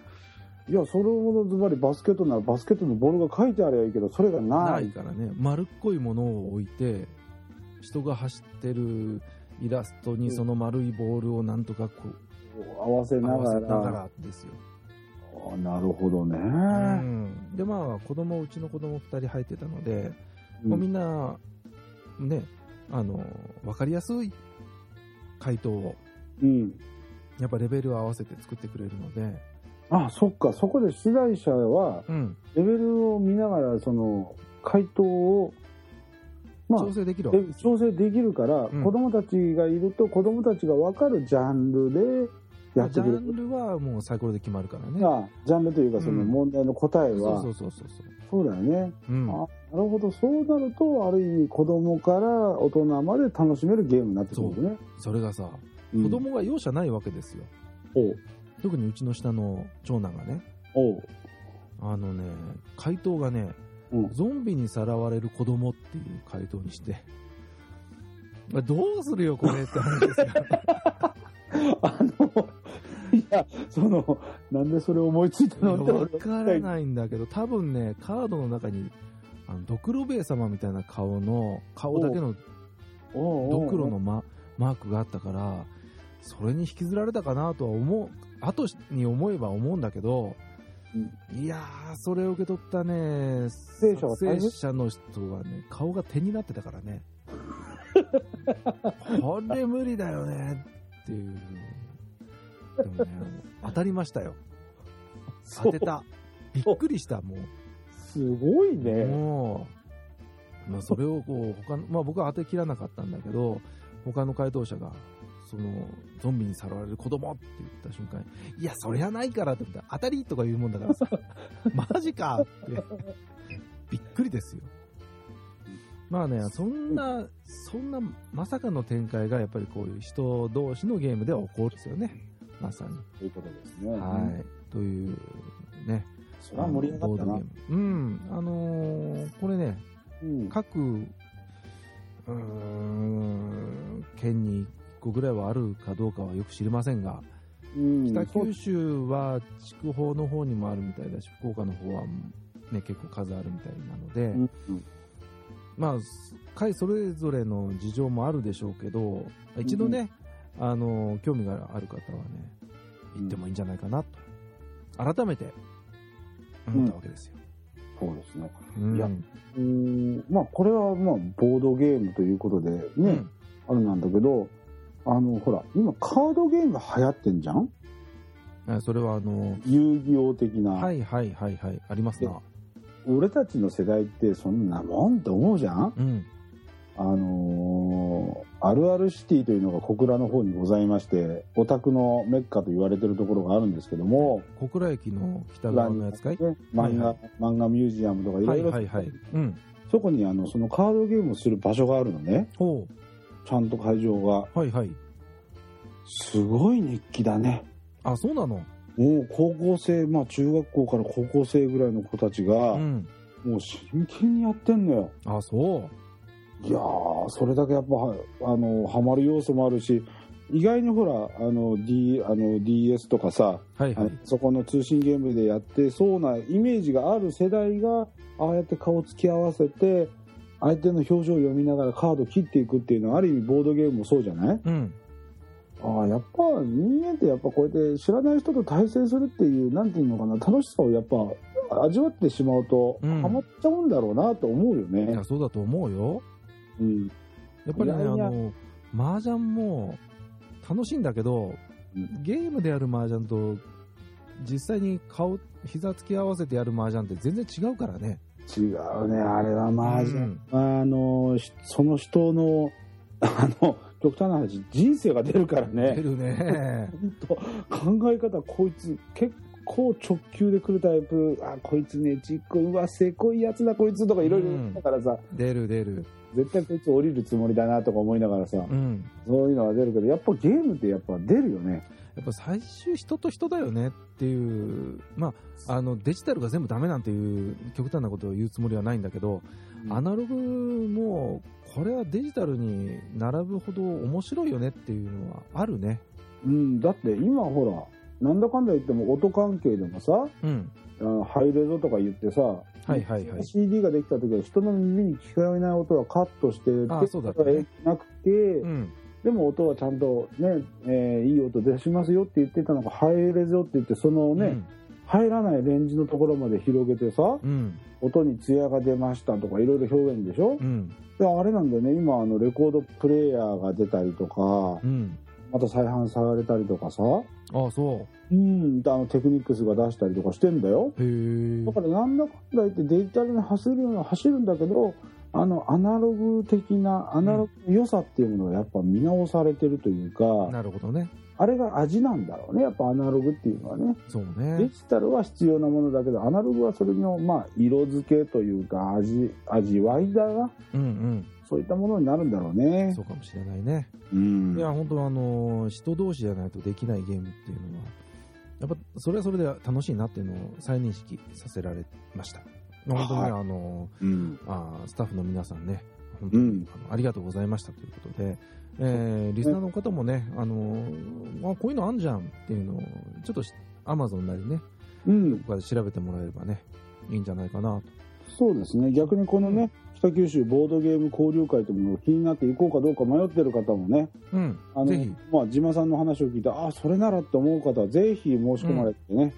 Speaker 1: いや、それほどズバリバスケットならバスケットのボールが書いてあればいいけど、それがな。
Speaker 2: ないいからね、丸っこいものを置いて、人が走ってるイラストにその丸いボールをなんとかこう、
Speaker 1: 合わせな
Speaker 2: 合わ
Speaker 1: が
Speaker 2: せ
Speaker 1: ら。
Speaker 2: ながらですよ。
Speaker 1: あなるほどね。
Speaker 2: うんでまあ子供うちの子供2人入ってたので、もうみんなねあの分かりやすい回答を
Speaker 1: うん。
Speaker 2: やっぱレベルを合わせて作ってくれるので、
Speaker 1: あ、そっか。そこで出題者は、
Speaker 2: うん、
Speaker 1: レベルを見ながら、その、回答を、まあ
Speaker 2: 調、整できるわけ
Speaker 1: で
Speaker 2: です
Speaker 1: 調
Speaker 2: よ
Speaker 1: 整できるから、
Speaker 2: うん
Speaker 1: 子供たちがいると、子供たちが分かるジャンルでやっ
Speaker 2: ジ
Speaker 1: て
Speaker 2: ャ
Speaker 1: くれる。
Speaker 2: ンルはもうサイコロで決まるからね
Speaker 1: あジャンルというか、その
Speaker 2: うん
Speaker 1: 問題の答え
Speaker 2: そう
Speaker 1: は、
Speaker 2: そうそうそうそ
Speaker 1: そ
Speaker 2: う
Speaker 1: うだよね。
Speaker 2: うん
Speaker 1: あなるほど。そうなると、ある意味、子供から大人まで楽しめるゲームになってくるよね。
Speaker 2: それがさ
Speaker 1: うん
Speaker 2: 子供が容赦ないわけですよ、
Speaker 1: おう
Speaker 2: 特にうちの下の長男がね
Speaker 1: おう
Speaker 2: あのね回答がね、
Speaker 1: うん
Speaker 2: ゾンビにさらわれる子供っていう回答にして どうするよこれって話ですよ
Speaker 1: あの、 いや、その、なんでそれ思いついた
Speaker 2: いや
Speaker 1: の
Speaker 2: わからないんだけど多分ねカードの中にあのドクロベエ様みたいな顔の顔だけの
Speaker 1: おうおう
Speaker 2: ドクロのママークがあったからそれに引きずられたかなとは思う後に思えば思うんだけどいやー、それを受け取ったね、
Speaker 1: 影者は大変
Speaker 2: 撮影者の人はね、顔が手になってたか らね。これ無理だよね、っていう。でもね、当たりましたよ。
Speaker 1: そう
Speaker 2: 当てた。びっくりした、もう。
Speaker 1: すごいね。
Speaker 2: もう、まあ、それをこう、他の、まあ僕は当てきらなかったんだけど、他の回答者が、その、ゾンビにさらわれる子供って言った瞬間に、いや、そりゃないからって思って、当たりとか言うもんだからさ、マジかって、びっくりですよ。まあね、そんな、そんな、まさかの展開が、やっぱりこういう人同士のゲームでは起こるんですよね。まさに。
Speaker 1: ということですね。
Speaker 2: はい。という、ね。
Speaker 1: それは盛り上がった
Speaker 2: ボ
Speaker 1: な
Speaker 2: ード。ゲームうん。あのーこれね、
Speaker 1: うん。
Speaker 2: 各、うーん、県に1個ぐらいはあるかどうかはよく知りませんが、
Speaker 1: うん
Speaker 2: 北九州は筑豊の方にもあるみたいだし、福岡の方は、ね、結構数あるみたいなので、
Speaker 1: うんうん
Speaker 2: まあ、す回それぞれの事情もあるでしょうけど、一度ね、あの、興味がある方はね、行ってもいいんじゃないかなと、改めて思ったわけですよ。
Speaker 1: そうですね。
Speaker 2: うん
Speaker 1: いやうん。まあ、これは、まあ、ボードゲームということで、ね、
Speaker 2: うん
Speaker 1: あれなんだけど、あの、ほら、今、カードゲームが流行ってんじゃん
Speaker 2: あそれはあの、
Speaker 1: 遊戯王的な。
Speaker 2: はいはいはいはい、ありますな。
Speaker 1: 俺たちの世代ってそんなもんって思うじゃん
Speaker 2: うん。
Speaker 1: あのーあるあるシティというのが小倉の方にございまして、オタクのメッカと言われてるところがあるんですけども、
Speaker 2: 小倉駅の北側のやつかい
Speaker 1: ね漫画、
Speaker 2: はい
Speaker 1: 漫画ミュージアムとかいろ
Speaker 2: はいい
Speaker 1: ろ、
Speaker 2: はいはい。うん。
Speaker 1: そこにあの、そのカードゲームをする場所があるのね。
Speaker 2: おう
Speaker 1: ちゃんと会場が。
Speaker 2: はいはい。
Speaker 1: すごい熱気だね。
Speaker 2: あ、そうなの
Speaker 1: もう高校生、まあ中学校から高校生ぐらいの子たちが、
Speaker 2: うん。
Speaker 1: もう真剣にやってんのよ。
Speaker 2: あ、そう。
Speaker 1: いやー、それだけやっぱは、あの、ハマる要素もあるし、意外にほら、あの、D、あの、DS とかさ、
Speaker 2: はい
Speaker 1: あ
Speaker 2: は
Speaker 1: の
Speaker 2: い。
Speaker 1: そこの通信ゲームでやってそうなイメージがある世代が、ああやって顔つき合わせて、相手の表情を読みながらカード切っていくっていうのは、ある意味ボードゲームもそうじゃない
Speaker 2: うん。
Speaker 1: ああ、やっぱ人間ってやっぱこうやって知らない人と対戦するっていう、なんていうのかな、楽しさをやっぱ味わってしまうと、
Speaker 2: うん
Speaker 1: ハマっちゃうんだろうなと思うよ
Speaker 2: い
Speaker 1: ね
Speaker 2: や、。そうだと思うよ。
Speaker 1: うん。
Speaker 2: やっぱりね、あ
Speaker 1: いやいや
Speaker 2: の、麻雀も楽しいんだけど
Speaker 1: うん、
Speaker 2: ゲームでやる麻雀と、実際に顔、膝つき合わせてやる麻雀って全然違うからね。
Speaker 1: 違うね、あれはマジ、
Speaker 2: うん
Speaker 1: あの、しその人の、 あの、極端な話、人生が出るから
Speaker 2: 出
Speaker 1: ね。
Speaker 2: るね。
Speaker 1: 考え方、こいつ、結構直球で来るタイプ、あ、こいつね、ちっこい、うわ、せこいやつだ、こいつとかいろいろ
Speaker 2: うん
Speaker 1: だからさ、
Speaker 2: 出る出る。
Speaker 1: 絶対こいつ降りるつもりだなとか思いながらさ、
Speaker 2: うん。
Speaker 1: そういうのは出るけど、やっぱゲームってやっぱ出るよね。
Speaker 2: やっぱ最終人と人だよねっていう、まあ、あのデジタルが全部ダメなんていう極端なことを言うつもりはないんだけど、
Speaker 1: うん
Speaker 2: アナログもこれはデジタルに並ぶほど面白いよねっていうのはあるね。
Speaker 1: うん、だって今ほら、なんだかんだ言っても音関係でもさ、
Speaker 2: うん。
Speaker 1: あハイレゾとか言ってさ、
Speaker 2: はいはいはい
Speaker 1: CD ができた時は人の耳に聞こえない音はカットして
Speaker 2: あ
Speaker 1: テー
Speaker 2: そうだ
Speaker 1: プ
Speaker 2: っ
Speaker 1: が
Speaker 2: たね
Speaker 1: 影響なくて、
Speaker 2: うん。
Speaker 1: でも音はちゃんとね、えーいい音出しますよって言ってたのが入れぞって言ってそのね、入らないレンジのところまで広げてさ
Speaker 2: うん。
Speaker 1: 音に艶が出ましたとかいろいろ表現でしょ
Speaker 2: う、ん。
Speaker 1: であれなんだよね今あのレコードプレーヤーが出たりとか
Speaker 2: うん。
Speaker 1: また再販されたりとかさ
Speaker 2: ああ、そ
Speaker 1: うんであのテクニックスが出したりとかしてんだよ
Speaker 2: う。へえ
Speaker 1: だ。からなんだかんだ言ってデジタルに走るのは走るんだけどあのアナログ的なアナログの良さっていうものがやっぱ見直されてるというか、
Speaker 2: なるほどね。
Speaker 1: あれが味なんだろうねやっぱアナログっていうのはね
Speaker 2: そう
Speaker 1: デ
Speaker 2: ね。
Speaker 1: ジタルは必要なものだけどアナログはそれのまあ色付けというか味味わいだな
Speaker 2: うん
Speaker 1: そういったものになるんだろう
Speaker 2: うん。
Speaker 1: ね
Speaker 2: そうかもしれないね。
Speaker 1: うん
Speaker 2: いや、本当あのー人同士じゃないとできないゲームっていうのは、やっぱ、それはそれで楽しいなっていうのを再認識させられました。本当にね、
Speaker 1: は
Speaker 2: あの
Speaker 1: うん
Speaker 2: ーあースタッフの皆さんね、本当に、
Speaker 1: うん
Speaker 2: あのありがとうございましたということで、えーリスナーの方もね、あのーあこういうのあんじゃんっていうのを、ちょっとし Amazon なりね、
Speaker 1: うん
Speaker 2: ここで調べてもらえればね、いいんじゃないかな
Speaker 1: そうですね逆にこのね、北九州ボードゲーム交流会というものを気になって行こうかどうか迷ってる方もね
Speaker 2: うん
Speaker 1: あの
Speaker 2: ぜひ
Speaker 1: まあ、自慢さんの話を聞いてああそれならって思う方はぜひ申し込まれてね、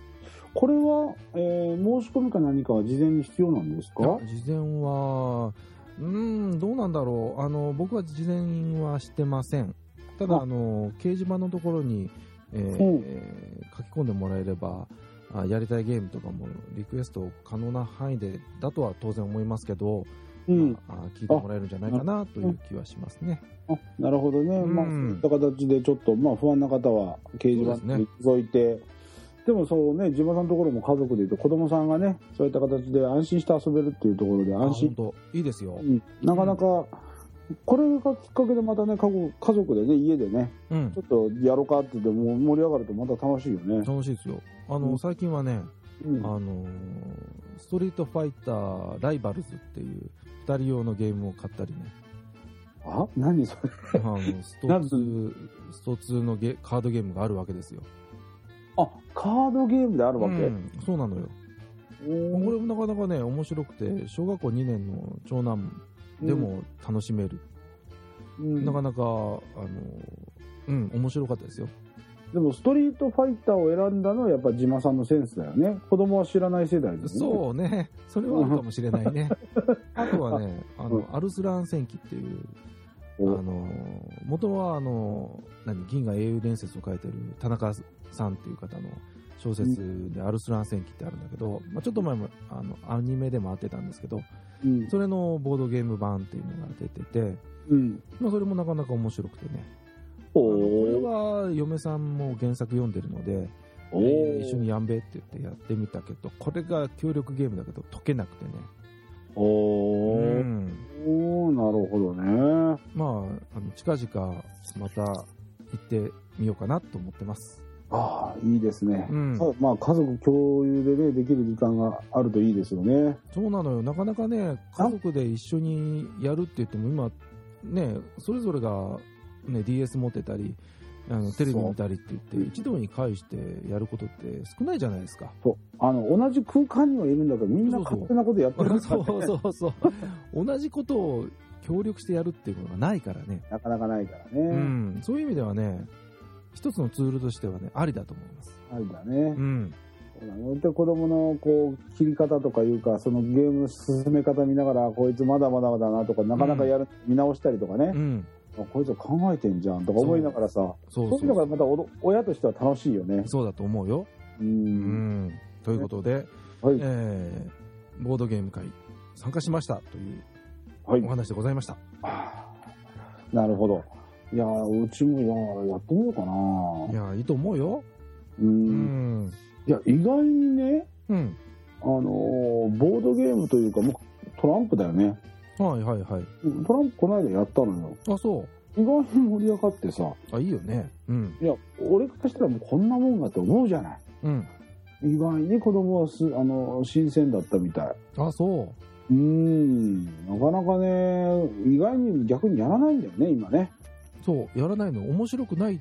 Speaker 1: これは、えー申し込みか何かは事前に必要なんですか
Speaker 2: いや事前はうーんどうなんだろうあの僕は事前はしてませんただ
Speaker 1: あ
Speaker 2: あの掲示板のところに、えー
Speaker 1: うん
Speaker 2: えー書き込んでもらえればあやりたいゲームとかもリクエスト可能な範囲でだとは当然思いますけど、
Speaker 1: うん、
Speaker 2: ああ聞いてもらえるんじゃないかなという気はしますね。
Speaker 1: あなるほどね、
Speaker 2: うん
Speaker 1: まあ、そういった形でちょっと、まあ、不安な方は掲示板に覗いてで,、もそうね自慢さんのところも家族でいうと子供さんがねそういった形で安心して遊べるっていうところで
Speaker 2: あ
Speaker 1: 安
Speaker 2: 本
Speaker 1: 心、
Speaker 2: 当いいですよ
Speaker 1: う。ん、なかなか、これがきっかけでまたね家族家族でね家でね
Speaker 2: うん
Speaker 1: ちょっとやろうかって言っても盛り上がるとまた楽しいよね。
Speaker 2: 楽しいですよ。あの、
Speaker 1: うん
Speaker 2: 最近はね、
Speaker 1: うん
Speaker 2: あのーストリートファイターライバルズっていう二人用のゲームを買ったりね。
Speaker 1: あ何それ
Speaker 2: あのスト
Speaker 1: なんつ
Speaker 2: 2スト2のゲカードゲームがあるわけですよ。
Speaker 1: あカードゲームであるわけ、
Speaker 2: うんそうなのよ。これもなかなかね、面白くて、小学校2年の長男でも楽しめる。なか
Speaker 1: か
Speaker 2: なか、あのーうん、面白かったですよ。
Speaker 1: でもストリートファイターを選んだのはやっぱ自慢さんのセンスだよね子供は知らない世代ですね
Speaker 2: そうね、それはあるかもしれないね。あとはね、あの、アルスラン戦記っていう、あ
Speaker 1: お
Speaker 2: の、元はあの、何、銀河英雄伝説を書いてる田中さんっていう方の小説でアルスラン戦記ってあるんだけど、まあ、ちょっと前も、あの、アニメでもあってたんですけど、
Speaker 1: うん
Speaker 2: それのボードゲーム版っていうのが出てて、
Speaker 1: うん
Speaker 2: まあ、それもなかなか面白くてね。
Speaker 1: お
Speaker 2: あのこれ
Speaker 1: ー
Speaker 2: は嫁さんも原作読んでるので、
Speaker 1: お
Speaker 2: えー一緒に
Speaker 1: ー
Speaker 2: やんべって言ってやってみたけど、これが協力ゲームだけど解けなくてね。
Speaker 1: お
Speaker 2: う
Speaker 1: ー
Speaker 2: ん
Speaker 1: おーなるほどね
Speaker 2: まあ、あの近々また行ってみようかなと思ってます。
Speaker 1: ああいいですね、
Speaker 2: うん
Speaker 1: ただまあ家族共有でねできる時間があるといいですよね
Speaker 2: そうなのよ。なかなかね、家族で一緒にやるって言っても今、ね、それぞれが、ね、DS 持ってたり、あのテレビ見たりって言って、一度に返してやることって少ないじゃないですか。
Speaker 1: そうあの同じ空間にはいるんだけどみんな勝手なことやってるからね
Speaker 2: そうそうそう。 同じことを協力してやるっていうことがないからね。
Speaker 1: なかなかないからね、
Speaker 2: うん。そういう意味ではね、一つのツールとしてはね、ありだと思います。
Speaker 1: あるんだね、
Speaker 2: うん。
Speaker 1: そうなので子供のこう切り方とかいうかそのゲームの進め方見ながらこいつまだまだまだなとかなかなかやる、見直したりとかね
Speaker 2: う、ん。
Speaker 1: あこいつ考えてんじゃんとか思いながらさそ
Speaker 2: そううそう
Speaker 1: いうのがまたおど親としては楽しいよね。
Speaker 2: そうだと思うよ。
Speaker 1: う
Speaker 2: うんん。ということで、
Speaker 1: はい
Speaker 2: えーボードゲーム会参加しましたという
Speaker 1: はい
Speaker 2: お、話でございました。
Speaker 1: はあなるほどいやーうちもいやーやってみようか
Speaker 2: い
Speaker 1: な
Speaker 2: やー、いいと思うよ。
Speaker 1: う
Speaker 2: うんん。
Speaker 1: いや意外にね
Speaker 2: うん。
Speaker 1: あのーボードゲームというかもうトランプだよね
Speaker 2: はいはいはい。
Speaker 1: うんトランプこの間やったのよ
Speaker 2: あ、そう。
Speaker 1: 意外に盛り上がってさ
Speaker 2: あ、いいよね。うん。
Speaker 1: いや、俺からしたらもうこんなもんがって思うじゃない。
Speaker 2: うん。
Speaker 1: 意外に子供はす、あの、新鮮だったみたい。
Speaker 2: あ、そ
Speaker 1: うー
Speaker 2: う。
Speaker 1: ん、なかなかね、意外に逆にやらないんだよね、今ね。
Speaker 2: そう、やらないの。面白くない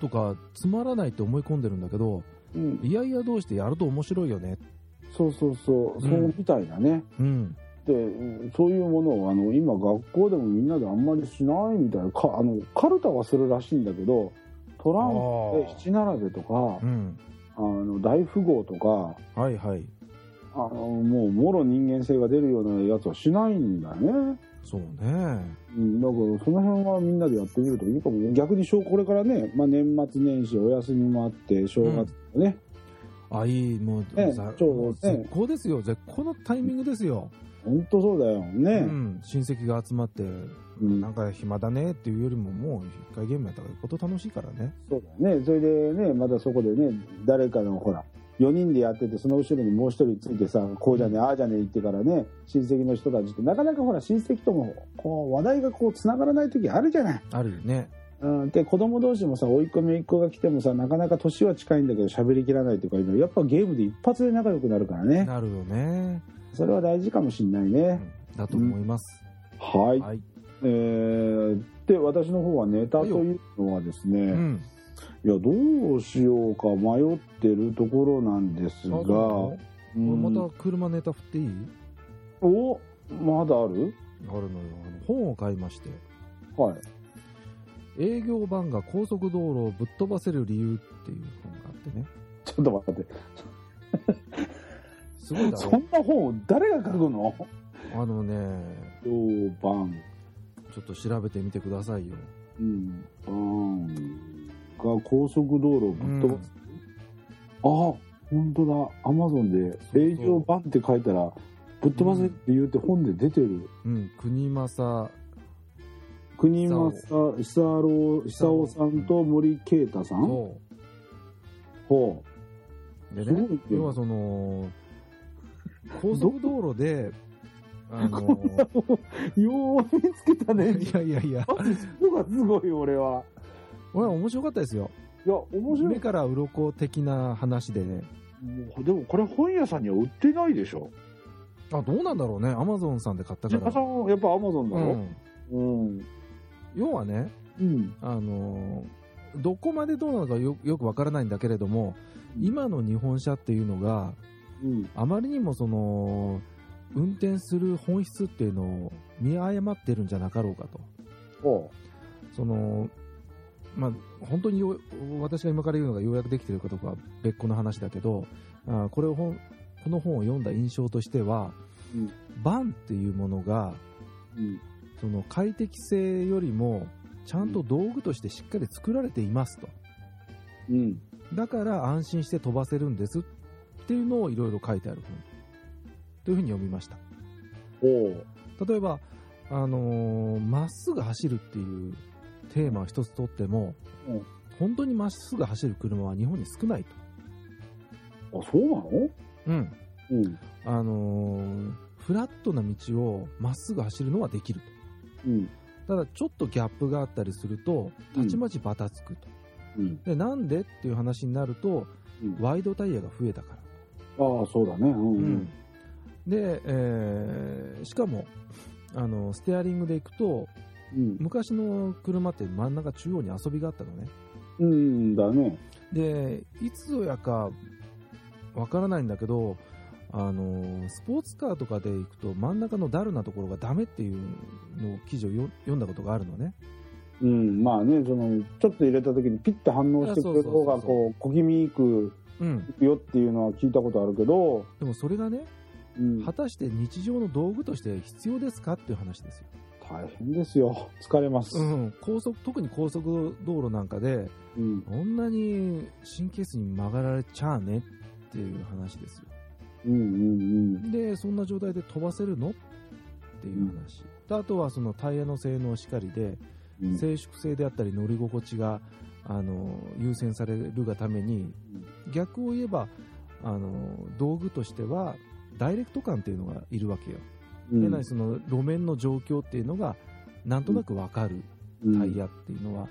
Speaker 2: とか、つまらないって思い込んでるんだけど、
Speaker 1: うん、
Speaker 2: いやいやどうしてやると面白いよね。
Speaker 1: そうそうそう、そうみたいなね。
Speaker 2: うん。
Speaker 1: で、うんそういうものを、あの、今学校でもみんなであんまりしないみたいな、か、あの、カルタはするらしいんだけど、トランプで七並べとか
Speaker 2: う、ん。
Speaker 1: あの、大富豪とか、
Speaker 2: はいはい。
Speaker 1: あの、もう、もろ人間性が出るようなやつはしないんだよね。
Speaker 2: そうね。
Speaker 1: うんだからその辺はみんなでやってみるといいかも逆にしょうこれからね、まあ、年末年始お休みもあって正月とかね、
Speaker 2: あ、いい、もう、
Speaker 1: ね
Speaker 2: さ
Speaker 1: ちょうどね
Speaker 2: 絶好ですよ。絶好のタイミングですよ。
Speaker 1: ほんとそうだよ
Speaker 2: う
Speaker 1: ね、
Speaker 2: ん。親戚が集まって、
Speaker 1: うん
Speaker 2: なんか暇だねっていうよりも、もう一回ゲームやったらこと楽しいからね。
Speaker 1: そうだよねそれでねまたそこでね誰かのほら4人でやっててその後ろにもう一人ついてさこうじゃねえああじゃねえ言ってからね親戚の人たちってなかなかほら親戚ともこう話題がこうつながらない時あるじゃない。
Speaker 2: あるよね。
Speaker 1: うん、で子供同士もさ甥いっ子姪っ子が来てもさなかなか年は近いんだけど喋りきらないとかいうのやっぱゲームで一発で仲良くなるからね
Speaker 2: なるよね。
Speaker 1: それは大事かもしんないうね。
Speaker 2: んだと思います。
Speaker 1: はい、
Speaker 2: はい。
Speaker 1: えーで私の方はネタというのはですね、
Speaker 2: うん。
Speaker 1: いやどうしようか迷ってるところなんです
Speaker 2: あ
Speaker 1: が、
Speaker 2: そうなの
Speaker 1: うん
Speaker 2: これまた車ネタ振っていい
Speaker 1: おまだある
Speaker 2: あるのよあの本を買いまして
Speaker 1: はい。
Speaker 2: 営業版が高速道路をぶっ飛ばせる理由っていう本があってね
Speaker 1: ちょっと待って。
Speaker 2: すごいだ
Speaker 1: そ
Speaker 2: ろ
Speaker 1: んな本を誰が書くの
Speaker 2: あのね
Speaker 1: 評判。
Speaker 2: ちょっと調べてみてくださいよ
Speaker 1: うん。うん。が高速道路をぶっ飛ばす。ああ、本当だ。アマゾンで
Speaker 2: そう
Speaker 1: 営業版って書いたら、ぶっ飛ばせって言うって本で出てる。
Speaker 2: うん国政
Speaker 1: 国政久郎久夫さんと森啓太さん
Speaker 2: と
Speaker 1: ほ
Speaker 2: です
Speaker 1: ごい
Speaker 2: ね
Speaker 1: ね
Speaker 2: 要はその高速道路であの
Speaker 1: うよう見つけたね
Speaker 2: い やいやいや
Speaker 1: マジそこがすごい俺は
Speaker 2: 俺は面白かったですよ
Speaker 1: いや面白い
Speaker 2: 目から鱗的な話でね
Speaker 1: もうでもこれ本屋さんには売ってないでしょ
Speaker 2: あどうなんだろうねアマゾンさんで買ったか
Speaker 1: 千葉さ
Speaker 2: ら、
Speaker 1: んはやっぱアマゾンだ
Speaker 2: う
Speaker 1: ろ
Speaker 2: ん、
Speaker 1: うん
Speaker 2: 要はね
Speaker 1: うん
Speaker 2: あのーどこまでどうなのかよよくわからないんだけれども、今の日本車っていうのが、
Speaker 1: うん
Speaker 2: あまりにもその、運転する本質っていうのを見誤ってるんじゃなかろうかと。
Speaker 1: ほ
Speaker 2: その、まあ、本当によう私が今から言うのがようやくできてるかどうかは別個の話だけど、あこれを本、この本を読んだ印象としては、
Speaker 1: うん
Speaker 2: バンっていうものが、
Speaker 1: ううん
Speaker 2: その快適性よりも、ちゃんと道具としてしっかり作られていますと。
Speaker 1: うん
Speaker 2: だから安心して飛ばせるんですっていうのをいろいろ書いてある本というふうに読みました
Speaker 1: ほう
Speaker 2: 例えばあのーまっすぐ走るっていうテーマを一つとっても、
Speaker 1: うん
Speaker 2: 本当にまっすぐ走る車は日本に少ないと、
Speaker 1: あそうなの
Speaker 2: うん
Speaker 1: うん
Speaker 2: あのーフラットな道をまっすぐ走るのはできる
Speaker 1: うん
Speaker 2: とただちょっとギャップがあったりするとたちまちバタつくと、
Speaker 1: うん
Speaker 2: でなんでっていう話になると
Speaker 1: うん
Speaker 2: ワイドタイヤが増えたから
Speaker 1: ああそうだねうんうん
Speaker 2: で、えーしかもあのステアリングで行くと
Speaker 1: うん
Speaker 2: 昔の車って真ん中中央に遊びがあったのね
Speaker 1: うんだね
Speaker 2: でいつぞやかわからないんだけどあのスポーツカーとかで行くと真ん中のダルなところがダメっていうのを記事をよ読んだことがあるのね
Speaker 1: うんまあねそのちょっと入れた時にピッて反応してくれる方が
Speaker 2: あそうそう
Speaker 1: こう小気味いく
Speaker 2: うん
Speaker 1: よっていうのは聞いたことあるけど、
Speaker 2: でもそれがね
Speaker 1: うん、
Speaker 2: 果たして日常の道具として必要ですかっていう話ですよ、
Speaker 1: 大変ですよ 疲れます、
Speaker 2: うん、高速特に高速道路なんかで
Speaker 1: うん
Speaker 2: こんなに神経質に曲がられちゃうねっていう話ですよ。
Speaker 1: うんうん
Speaker 2: で、そんな状態で飛ばせるのっていう話。であとはそのタイヤの性能しかりで、
Speaker 1: うんうん
Speaker 2: 静粛性であったり乗り心地が、あの、優先されるがために、逆を言えば、あの、道具としては、ダイレクト感っていうのがいるわけよ。
Speaker 1: うん
Speaker 2: で、なにその路面の状況っていうのが、なんとなくわかるタイヤっていうのは、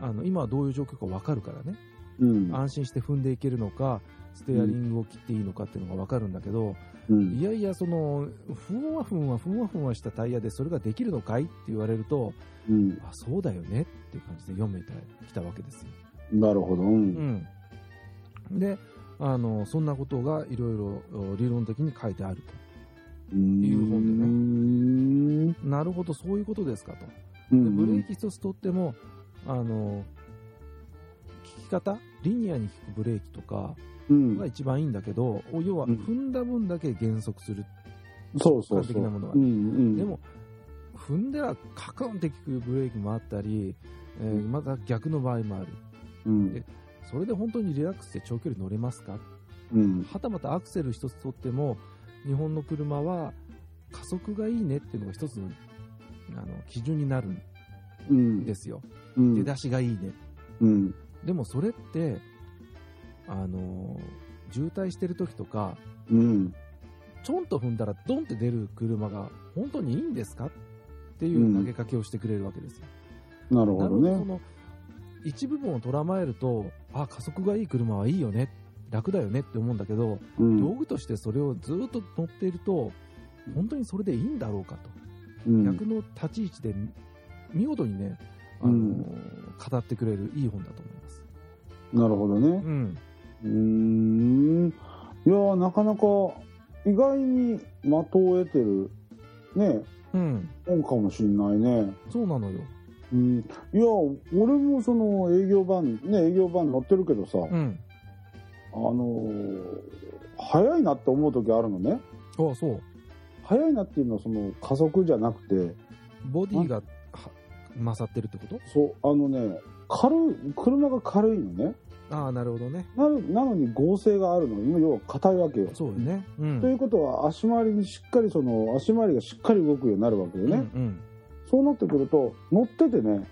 Speaker 2: あの、今はどういう状況かわかるからね。
Speaker 1: うん
Speaker 2: 安心して踏んでいけるのか、ステアリングを切っていいのかっていうのが分かるんだけど、
Speaker 1: うん
Speaker 2: いやいや、その、ふんわふんわふんわふんわしたタイヤでそれができるのかいって言われると、
Speaker 1: うん、
Speaker 2: あ、そうだよねっていう感じで読めてきたわけですよ。
Speaker 1: なるほど、うん
Speaker 2: うん。で、あの、そんなことがいろいろ理論的に書いてあるいう本でね
Speaker 1: ね
Speaker 2: と。なるほど、そういうことですかと。
Speaker 1: う
Speaker 2: でブレー
Speaker 1: ん
Speaker 2: キ一つとっても、あの、効き方リニアに効くブレーキとか、
Speaker 1: うん
Speaker 2: が一番いいんだけど、要は
Speaker 1: うん
Speaker 2: 踏んだ分だけ減速する。
Speaker 1: そうそうそ
Speaker 2: 的
Speaker 1: う
Speaker 2: なものは
Speaker 1: うんうん、
Speaker 2: でも、踏んだらカクンって効くブレーキもあったり、えー
Speaker 1: うん
Speaker 2: また逆の場合もある。
Speaker 1: うん、
Speaker 2: それで本当にリラックスして長距離乗れますか
Speaker 1: うん、
Speaker 2: はたまたアクセル一つ取っても、日本の車は加速がいいねっていうのが一つのあの基準になるん
Speaker 1: うん、
Speaker 2: ですよ。
Speaker 1: うん、
Speaker 2: 出だしがいいね。
Speaker 1: うん、
Speaker 2: でもそれって、あのー渋滞してる時とか、
Speaker 1: うん、
Speaker 2: ちょんと踏んだらドンって出る車が本当にいいんですかっていう投げかけをしてくれるわけですよ。
Speaker 1: なるほど
Speaker 2: なのでそ
Speaker 1: ね。
Speaker 2: の一部分を捉まえると、あ、加速がいい車はいいよね、楽だよねって思うんだけど、
Speaker 1: うん
Speaker 2: 道具としてそれをずっと乗っていると、本当にそれでいいんだろうかと。
Speaker 1: うん
Speaker 2: 逆の立ち位置で見事にね、あの語ってくれるいい本だと思います。
Speaker 1: なるほどね
Speaker 2: う。ん。
Speaker 1: うーん、いやーなかなか意外に的を得てるね
Speaker 2: うん、
Speaker 1: 本かもしんないね
Speaker 2: そうなのよ。
Speaker 1: うんいや俺もその営業版ね営業版載ってるけどさ、
Speaker 2: うん。
Speaker 1: あのー早いなって思う時あるのね
Speaker 2: あそう。
Speaker 1: 早いなっていうのはその加速じゃなくて
Speaker 2: ボディがは勝ってるってこと
Speaker 1: そうあのね軽い車が軽いのね
Speaker 2: ああ、なるほどね。
Speaker 1: なのなのに剛性があるの今要は硬いわけよ
Speaker 2: そうよね。うん。
Speaker 1: ということは足回りにしっかりその足回りがしっかり動くようになるわけよね、
Speaker 2: うんうん
Speaker 1: そうなってくると乗っててね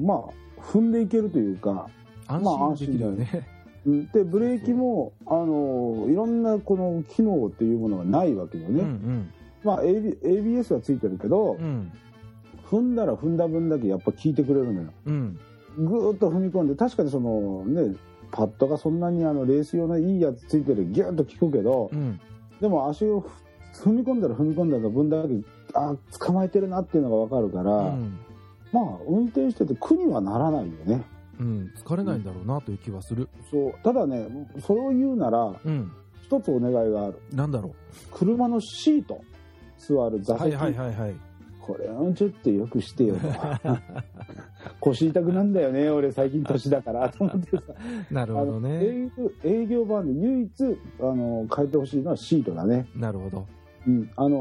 Speaker 1: まあ踏んでいけるというか、
Speaker 2: 安
Speaker 1: まあ
Speaker 2: 心できるよね。
Speaker 1: うんでブレーキもあのいろんなこの機能っていうものがないわけよ
Speaker 2: う
Speaker 1: ね、
Speaker 2: ん
Speaker 1: まあ AB ABS はついてるけど、
Speaker 2: うん。うん。
Speaker 1: 踏んだら踏んだ分だけやっぱ効いてくれるのよ
Speaker 2: うん。
Speaker 1: ぐーっと踏み込んで確かにそのねパッドがそんなにあのレース用のいいやつついてるギューッと効くけど、
Speaker 2: うん。
Speaker 1: でも足をふ踏み込んだら踏み込んだら分だけあー捕まえてるなっていうのがわかるから、
Speaker 2: うん。
Speaker 1: まあ運転してて苦にはならないよね
Speaker 2: うん。疲れないんだろうなという気はする。
Speaker 1: そうただねそれを言うなら
Speaker 2: うん。
Speaker 1: 一つお願いがある
Speaker 2: なんだろ
Speaker 1: 車のシート座る
Speaker 2: う。
Speaker 1: 座
Speaker 2: は
Speaker 1: 席、
Speaker 2: いはいはいはい。
Speaker 1: これをちょっとよくしてよと 腰痛くなんだよね俺最近年だ からと思ってさ
Speaker 2: なるほど
Speaker 1: あの
Speaker 2: ね。
Speaker 1: 営業営業版で唯一あの変えてほしいのはシートだね、
Speaker 2: なるほど。
Speaker 1: うん、あの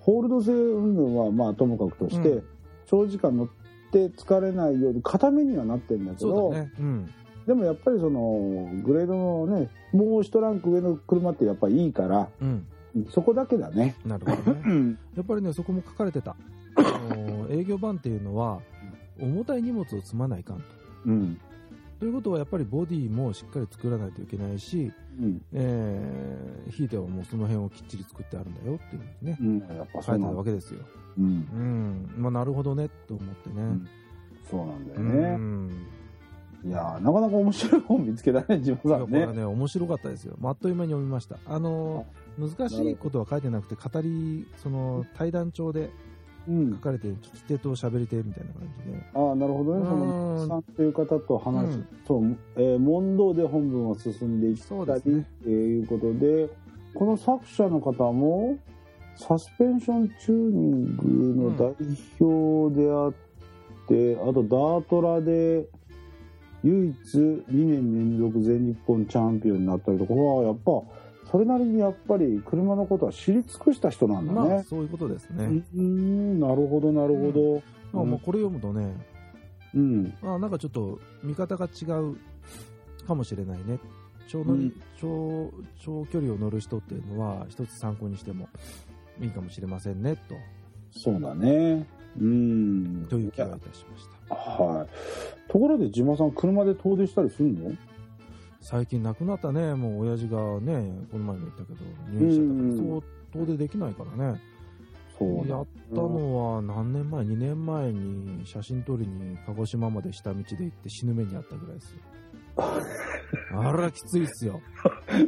Speaker 1: ホールド性運動はまあともかくとして、
Speaker 2: うん
Speaker 1: 長時間乗って疲れないように硬めにはなってるんだけ
Speaker 2: そ
Speaker 1: ど
Speaker 2: うだね。うん。
Speaker 1: でもやっぱりそのグレードのねもう一ランク上の車ってやっぱいいから
Speaker 2: うん。
Speaker 1: うんそこだけだね、
Speaker 2: なるほどね
Speaker 1: う。ん、
Speaker 2: やっぱりね、そこも書かれてた。あのー営業版っていうのは、重たい荷物を積まないかんと。
Speaker 1: うん
Speaker 2: ということは、やっぱりボディもしっかり作らないといけないし、
Speaker 1: うん
Speaker 2: えー、ひいてはもうその辺をきっちり作ってあるんだよっていうふうにね、
Speaker 1: やっぱそ
Speaker 2: 書い
Speaker 1: な
Speaker 2: うてた
Speaker 1: んだ
Speaker 2: わけですよ。
Speaker 1: うん
Speaker 2: うん。まあ、なるほどね、と思ってね。
Speaker 1: そうなんだよね、
Speaker 2: うん。
Speaker 1: いやーなかなか面白い本見つけたね自
Speaker 2: いや
Speaker 1: 分さ
Speaker 2: こ
Speaker 1: ん
Speaker 2: れは
Speaker 1: ね
Speaker 2: ね、面白かったですよ。まああっという間に読みました。あのー、難しいことは書いてなくて、語り、その、対談調で
Speaker 1: う
Speaker 2: 書
Speaker 1: ん
Speaker 2: かれて、聞き手と喋り手みたいな感じで。
Speaker 1: ああなるほどねその
Speaker 2: うん
Speaker 1: さんという方と話す、
Speaker 2: うん
Speaker 1: そう、えー問答で本文を進んでいった
Speaker 2: そうです
Speaker 1: り、
Speaker 2: ね
Speaker 1: っていうことでこの作者の方もサスペンションチューニングの代表であって、あとダートラで唯一2年連続全日本チャンピオンになったりとかはやっぱそれなりにやっぱり車のことは知り尽くした人なんだ
Speaker 2: まあ、
Speaker 1: ね。
Speaker 2: そういうことです
Speaker 1: う
Speaker 2: ね。
Speaker 1: ーんなるほどなるほど。
Speaker 2: まあ、もうこれ読むとね、
Speaker 1: うん
Speaker 2: あなんかちょっと見方が違うかもしれないね長乗
Speaker 1: う
Speaker 2: り、
Speaker 1: ん
Speaker 2: 長長距離を乗る人っていうのは一つ参考にしてもいいかもしれませんね
Speaker 1: そうだね。うん
Speaker 2: と。という気がいたしました
Speaker 1: はい。ところで、ジマさん、車で遠出したりするの
Speaker 2: 最近亡くなったねもう親父がねこの前も言ったけど入院しちゃったから、
Speaker 1: うん
Speaker 2: そう遠出できないからね
Speaker 1: そう
Speaker 2: や
Speaker 1: だ
Speaker 2: っ。たのは何年前2年前に写真撮りに鹿児島まで下道で行って死ぬ目にあったぐらいですよ あらきついっすよ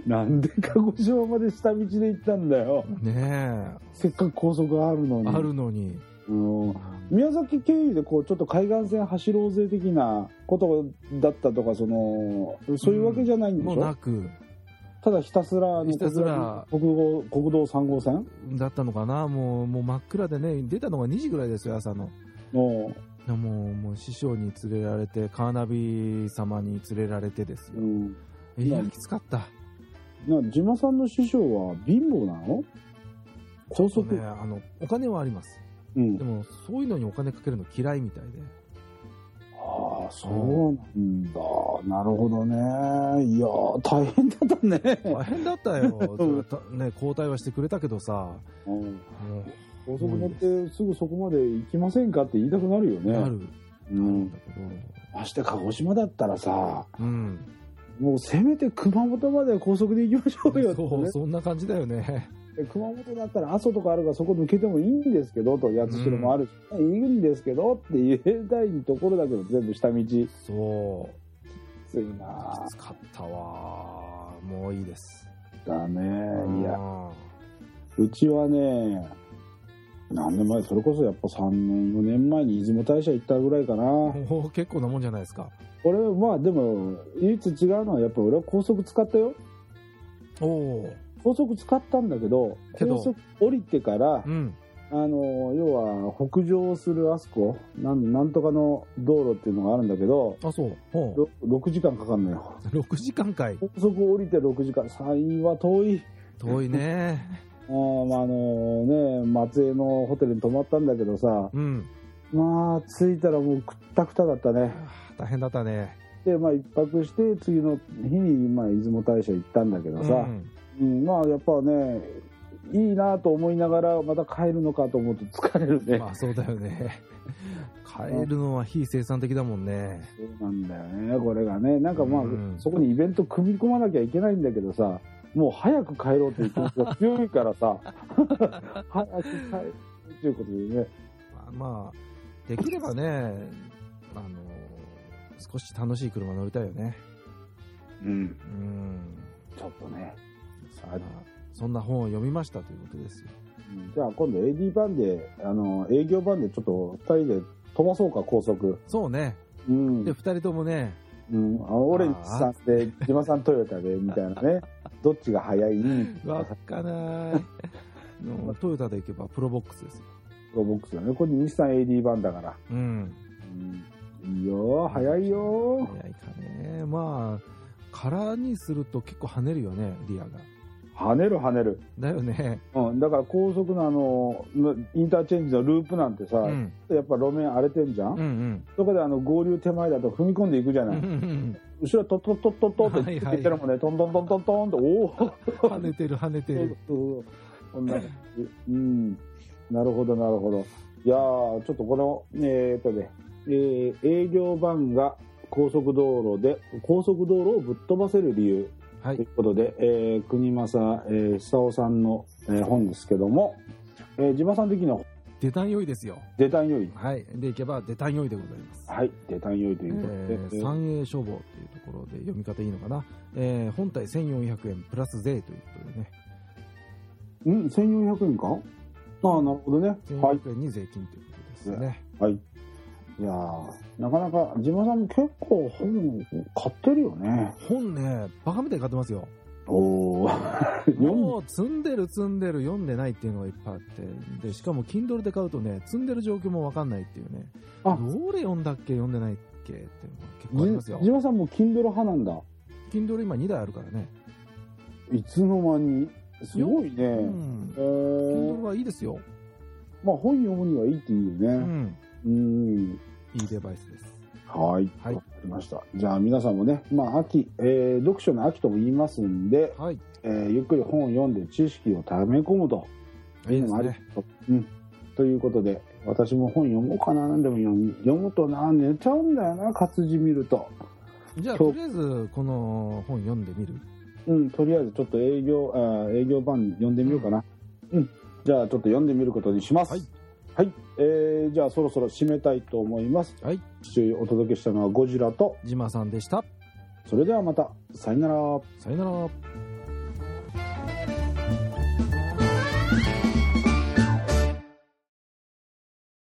Speaker 1: なんで鹿児島まで下道で行ったんだよ。
Speaker 2: ね
Speaker 1: せっかく高速あるの
Speaker 2: え
Speaker 1: に。
Speaker 2: あるのに
Speaker 1: うん宮崎経由でこうちょっと海岸線走ろうぜ的なことだったとかそのそういうわけじゃないんでし
Speaker 2: も
Speaker 1: ょ、
Speaker 2: うなく
Speaker 1: ただひたすらあの
Speaker 2: ひたすら
Speaker 1: 国道国道3号線
Speaker 2: だったのかなもうもう真っ暗でね出たのが2時ぐらいですよ朝の
Speaker 1: の、
Speaker 2: いやもうもう師匠に連れられてカーナビ様に連れられてです
Speaker 1: う
Speaker 2: よ、
Speaker 1: ん、
Speaker 2: いやきつかった
Speaker 1: なジマさんの師匠は貧乏なの高
Speaker 2: そう
Speaker 1: 速、
Speaker 2: ねあのお金はあります
Speaker 1: うん
Speaker 2: でもそういうのにお金かけるの嫌いみたいで
Speaker 1: ああ、そうなんだ。なるほどね。いやー、大変だったね。
Speaker 2: 大変だっ たよそれはたね交代はしてくれたけどさ
Speaker 1: うん
Speaker 2: も
Speaker 1: 高速乗ってすぐそこまで行きませんかって言いたくなるよ
Speaker 2: う
Speaker 1: ね。
Speaker 2: なる
Speaker 1: う
Speaker 2: なるん
Speaker 1: ん。
Speaker 2: だけど
Speaker 1: まして鹿児島だったらさ、
Speaker 2: うん、
Speaker 1: もうせめて熊本まで高速で行きましょうよって、
Speaker 2: そう
Speaker 1: ね。
Speaker 2: そんな感じだよね
Speaker 1: 熊本だったら阿蘇とかあるからそこ抜けてもいいんですけど、と八代もあるし、いいんですけどって言えたいところだけど、全部下道。き
Speaker 2: そう
Speaker 1: ついな
Speaker 2: きつかったわもういいです
Speaker 1: だね。いや、
Speaker 2: あ
Speaker 1: うちはね、何年前、それこそやっぱ3年、4年前に出雲大社行ったぐらいかな。
Speaker 2: ーもう結構なもんじゃないですか
Speaker 1: 俺、まあでも、唯一違うのはやっぱ俺は高速使ったよ。
Speaker 2: おお
Speaker 1: 高速使ったんだけど、
Speaker 2: けど
Speaker 1: 高速降りてから、
Speaker 2: うん。
Speaker 1: あの、要は北上するあそこ、なんなんとかの道路っていうのがあるんだけど、
Speaker 2: あ、そう。ほう。
Speaker 1: ろ6時間かかんのよ。
Speaker 2: 6時間かい。
Speaker 1: 高速降りて6時間、山陰は遠い。
Speaker 2: 遠いね。
Speaker 1: あーまああのね、松江のホテルに泊まったんだけどさ、
Speaker 2: うん。
Speaker 1: まあ、着いたらもうくったくただったね。
Speaker 2: あー大変だったね。
Speaker 1: で、まあ、一泊して、次の日に、まあ、出雲大社行ったんだけどさ、
Speaker 2: うん
Speaker 1: うんまあ、やっぱね、いいなと思いながら、また帰るのかと思うと疲れるね。
Speaker 2: まあそうだよね。帰るのは非生産的だもんね。
Speaker 1: そうなんだよね、これがね。なんかまあ、
Speaker 2: うん
Speaker 1: そこにイベント組み込まなきゃいけないんだけどさ、もう早く帰ろうという気持ちが強いからさ、早く帰るということでね。
Speaker 2: まあ、まあ、できればね、あの、少し楽しい車乗りたいよね。
Speaker 1: うん、
Speaker 2: うん。
Speaker 1: ちょっとね。
Speaker 2: そんなそんな本を読みましたということですよ。
Speaker 1: うんじゃあ今度 AD 版で、あの、営業版でちょっと二人で飛ばそうか、高速。
Speaker 2: そうね。
Speaker 1: うん。
Speaker 2: で、二人ともね、
Speaker 1: うん、あオレンジさんで、ジマさんトヨタで、みたいな ね。どっちが早い
Speaker 2: わっかない。 のトヨタで行けばプロボックスですよ。
Speaker 1: ロボックスだね。これ日産 AD 版だから。
Speaker 2: うん。
Speaker 1: うん、いいよ、早いよ。
Speaker 2: 早いかね。まあ、空にすると結構跳ねるよね、リアが。
Speaker 1: 跳ねる跳ねる。
Speaker 2: だよね。
Speaker 1: うん、だから高速のあの、インターチェンジのループなんてさ、
Speaker 2: うん。
Speaker 1: やっぱ路面荒れてんじゃん、
Speaker 2: うんうん。
Speaker 1: そこであの合流手前だと踏み込んでいくじゃ
Speaker 2: う
Speaker 1: ない、
Speaker 2: んうん
Speaker 1: 後ろトットットットットって言ってるもんね、トントントントントンって、おお
Speaker 2: うん。跳ねてる跳ねてる。
Speaker 1: そうこんな感じうん。なるほど、なるほど。いやー、ちょっとこの、えーっとね、えー営業版が高速道路で、高速道路をぶっ飛ばせる理由
Speaker 2: はい
Speaker 1: という。ことで、えー国政、えー久夫さんの、えー本ですけども、えー、地場さん的には
Speaker 2: 出たん良いですよ。
Speaker 1: 出たんよい。
Speaker 2: はい。で、行けば出たん良いでございます。
Speaker 1: はい、出たんよいと
Speaker 2: え
Speaker 1: いうことで。
Speaker 2: ー三栄消防っていうところで読み方いいのかな。えー本体1400円プラス税ということでね。
Speaker 1: えーうん、1400円かああ、なるほどね。はい。
Speaker 2: 1400円に税金ということですね。
Speaker 1: はい。いやーなかなか、地場さんも結構本買ってるよね。
Speaker 2: 本ね、バカみたいに買ってますよ。
Speaker 1: おお。
Speaker 2: もう積んでる積んでる読んでないっていうのがいっぱいあって。で、しかも Kindle で買うとね、積んでる状況もわかんないっていうね。
Speaker 1: あ
Speaker 2: どれ読んだっけ読んでないっけっていうのが結構ありますよ
Speaker 1: じ。じまさんも Kindle 派なんだ。
Speaker 2: Kindle 今2台あるからね。
Speaker 1: いつの間に。すごいね。
Speaker 2: うん
Speaker 1: え。
Speaker 2: Kindle
Speaker 1: ー、
Speaker 2: はいいですよ。
Speaker 1: まあ本読むにはいいっていう
Speaker 2: う
Speaker 1: ね。
Speaker 2: ん。
Speaker 1: うん。
Speaker 2: いいデバイスです。
Speaker 1: はい。
Speaker 2: は
Speaker 1: はいい。わかりました。じゃあ皆さんもね、まあ秋、えー読書の秋とも言いますんで、
Speaker 2: はい。
Speaker 1: えーゆっくり本を読んで知識を溜め込むと。
Speaker 2: いいです
Speaker 1: あり
Speaker 2: ね。
Speaker 1: と。うん。ということで、私も本読もうかな。でも読む読むとな、寝ちゃうんだよな、活字見ると。
Speaker 2: じゃあ、
Speaker 1: そ
Speaker 2: と
Speaker 1: う
Speaker 2: りあえず、この本読んでみる
Speaker 1: うん、とりあえずちょっと営業、あー営業版読んでみようかな。うん。じゃあちょっと読んでみることにします。
Speaker 2: は
Speaker 1: はいい。えーじゃあそろそろ締めたいと思います。
Speaker 2: はい。
Speaker 1: お届けしたのはゴジラと、
Speaker 2: ジマさんでした。
Speaker 1: それではまた、さよなら。
Speaker 2: さよなら。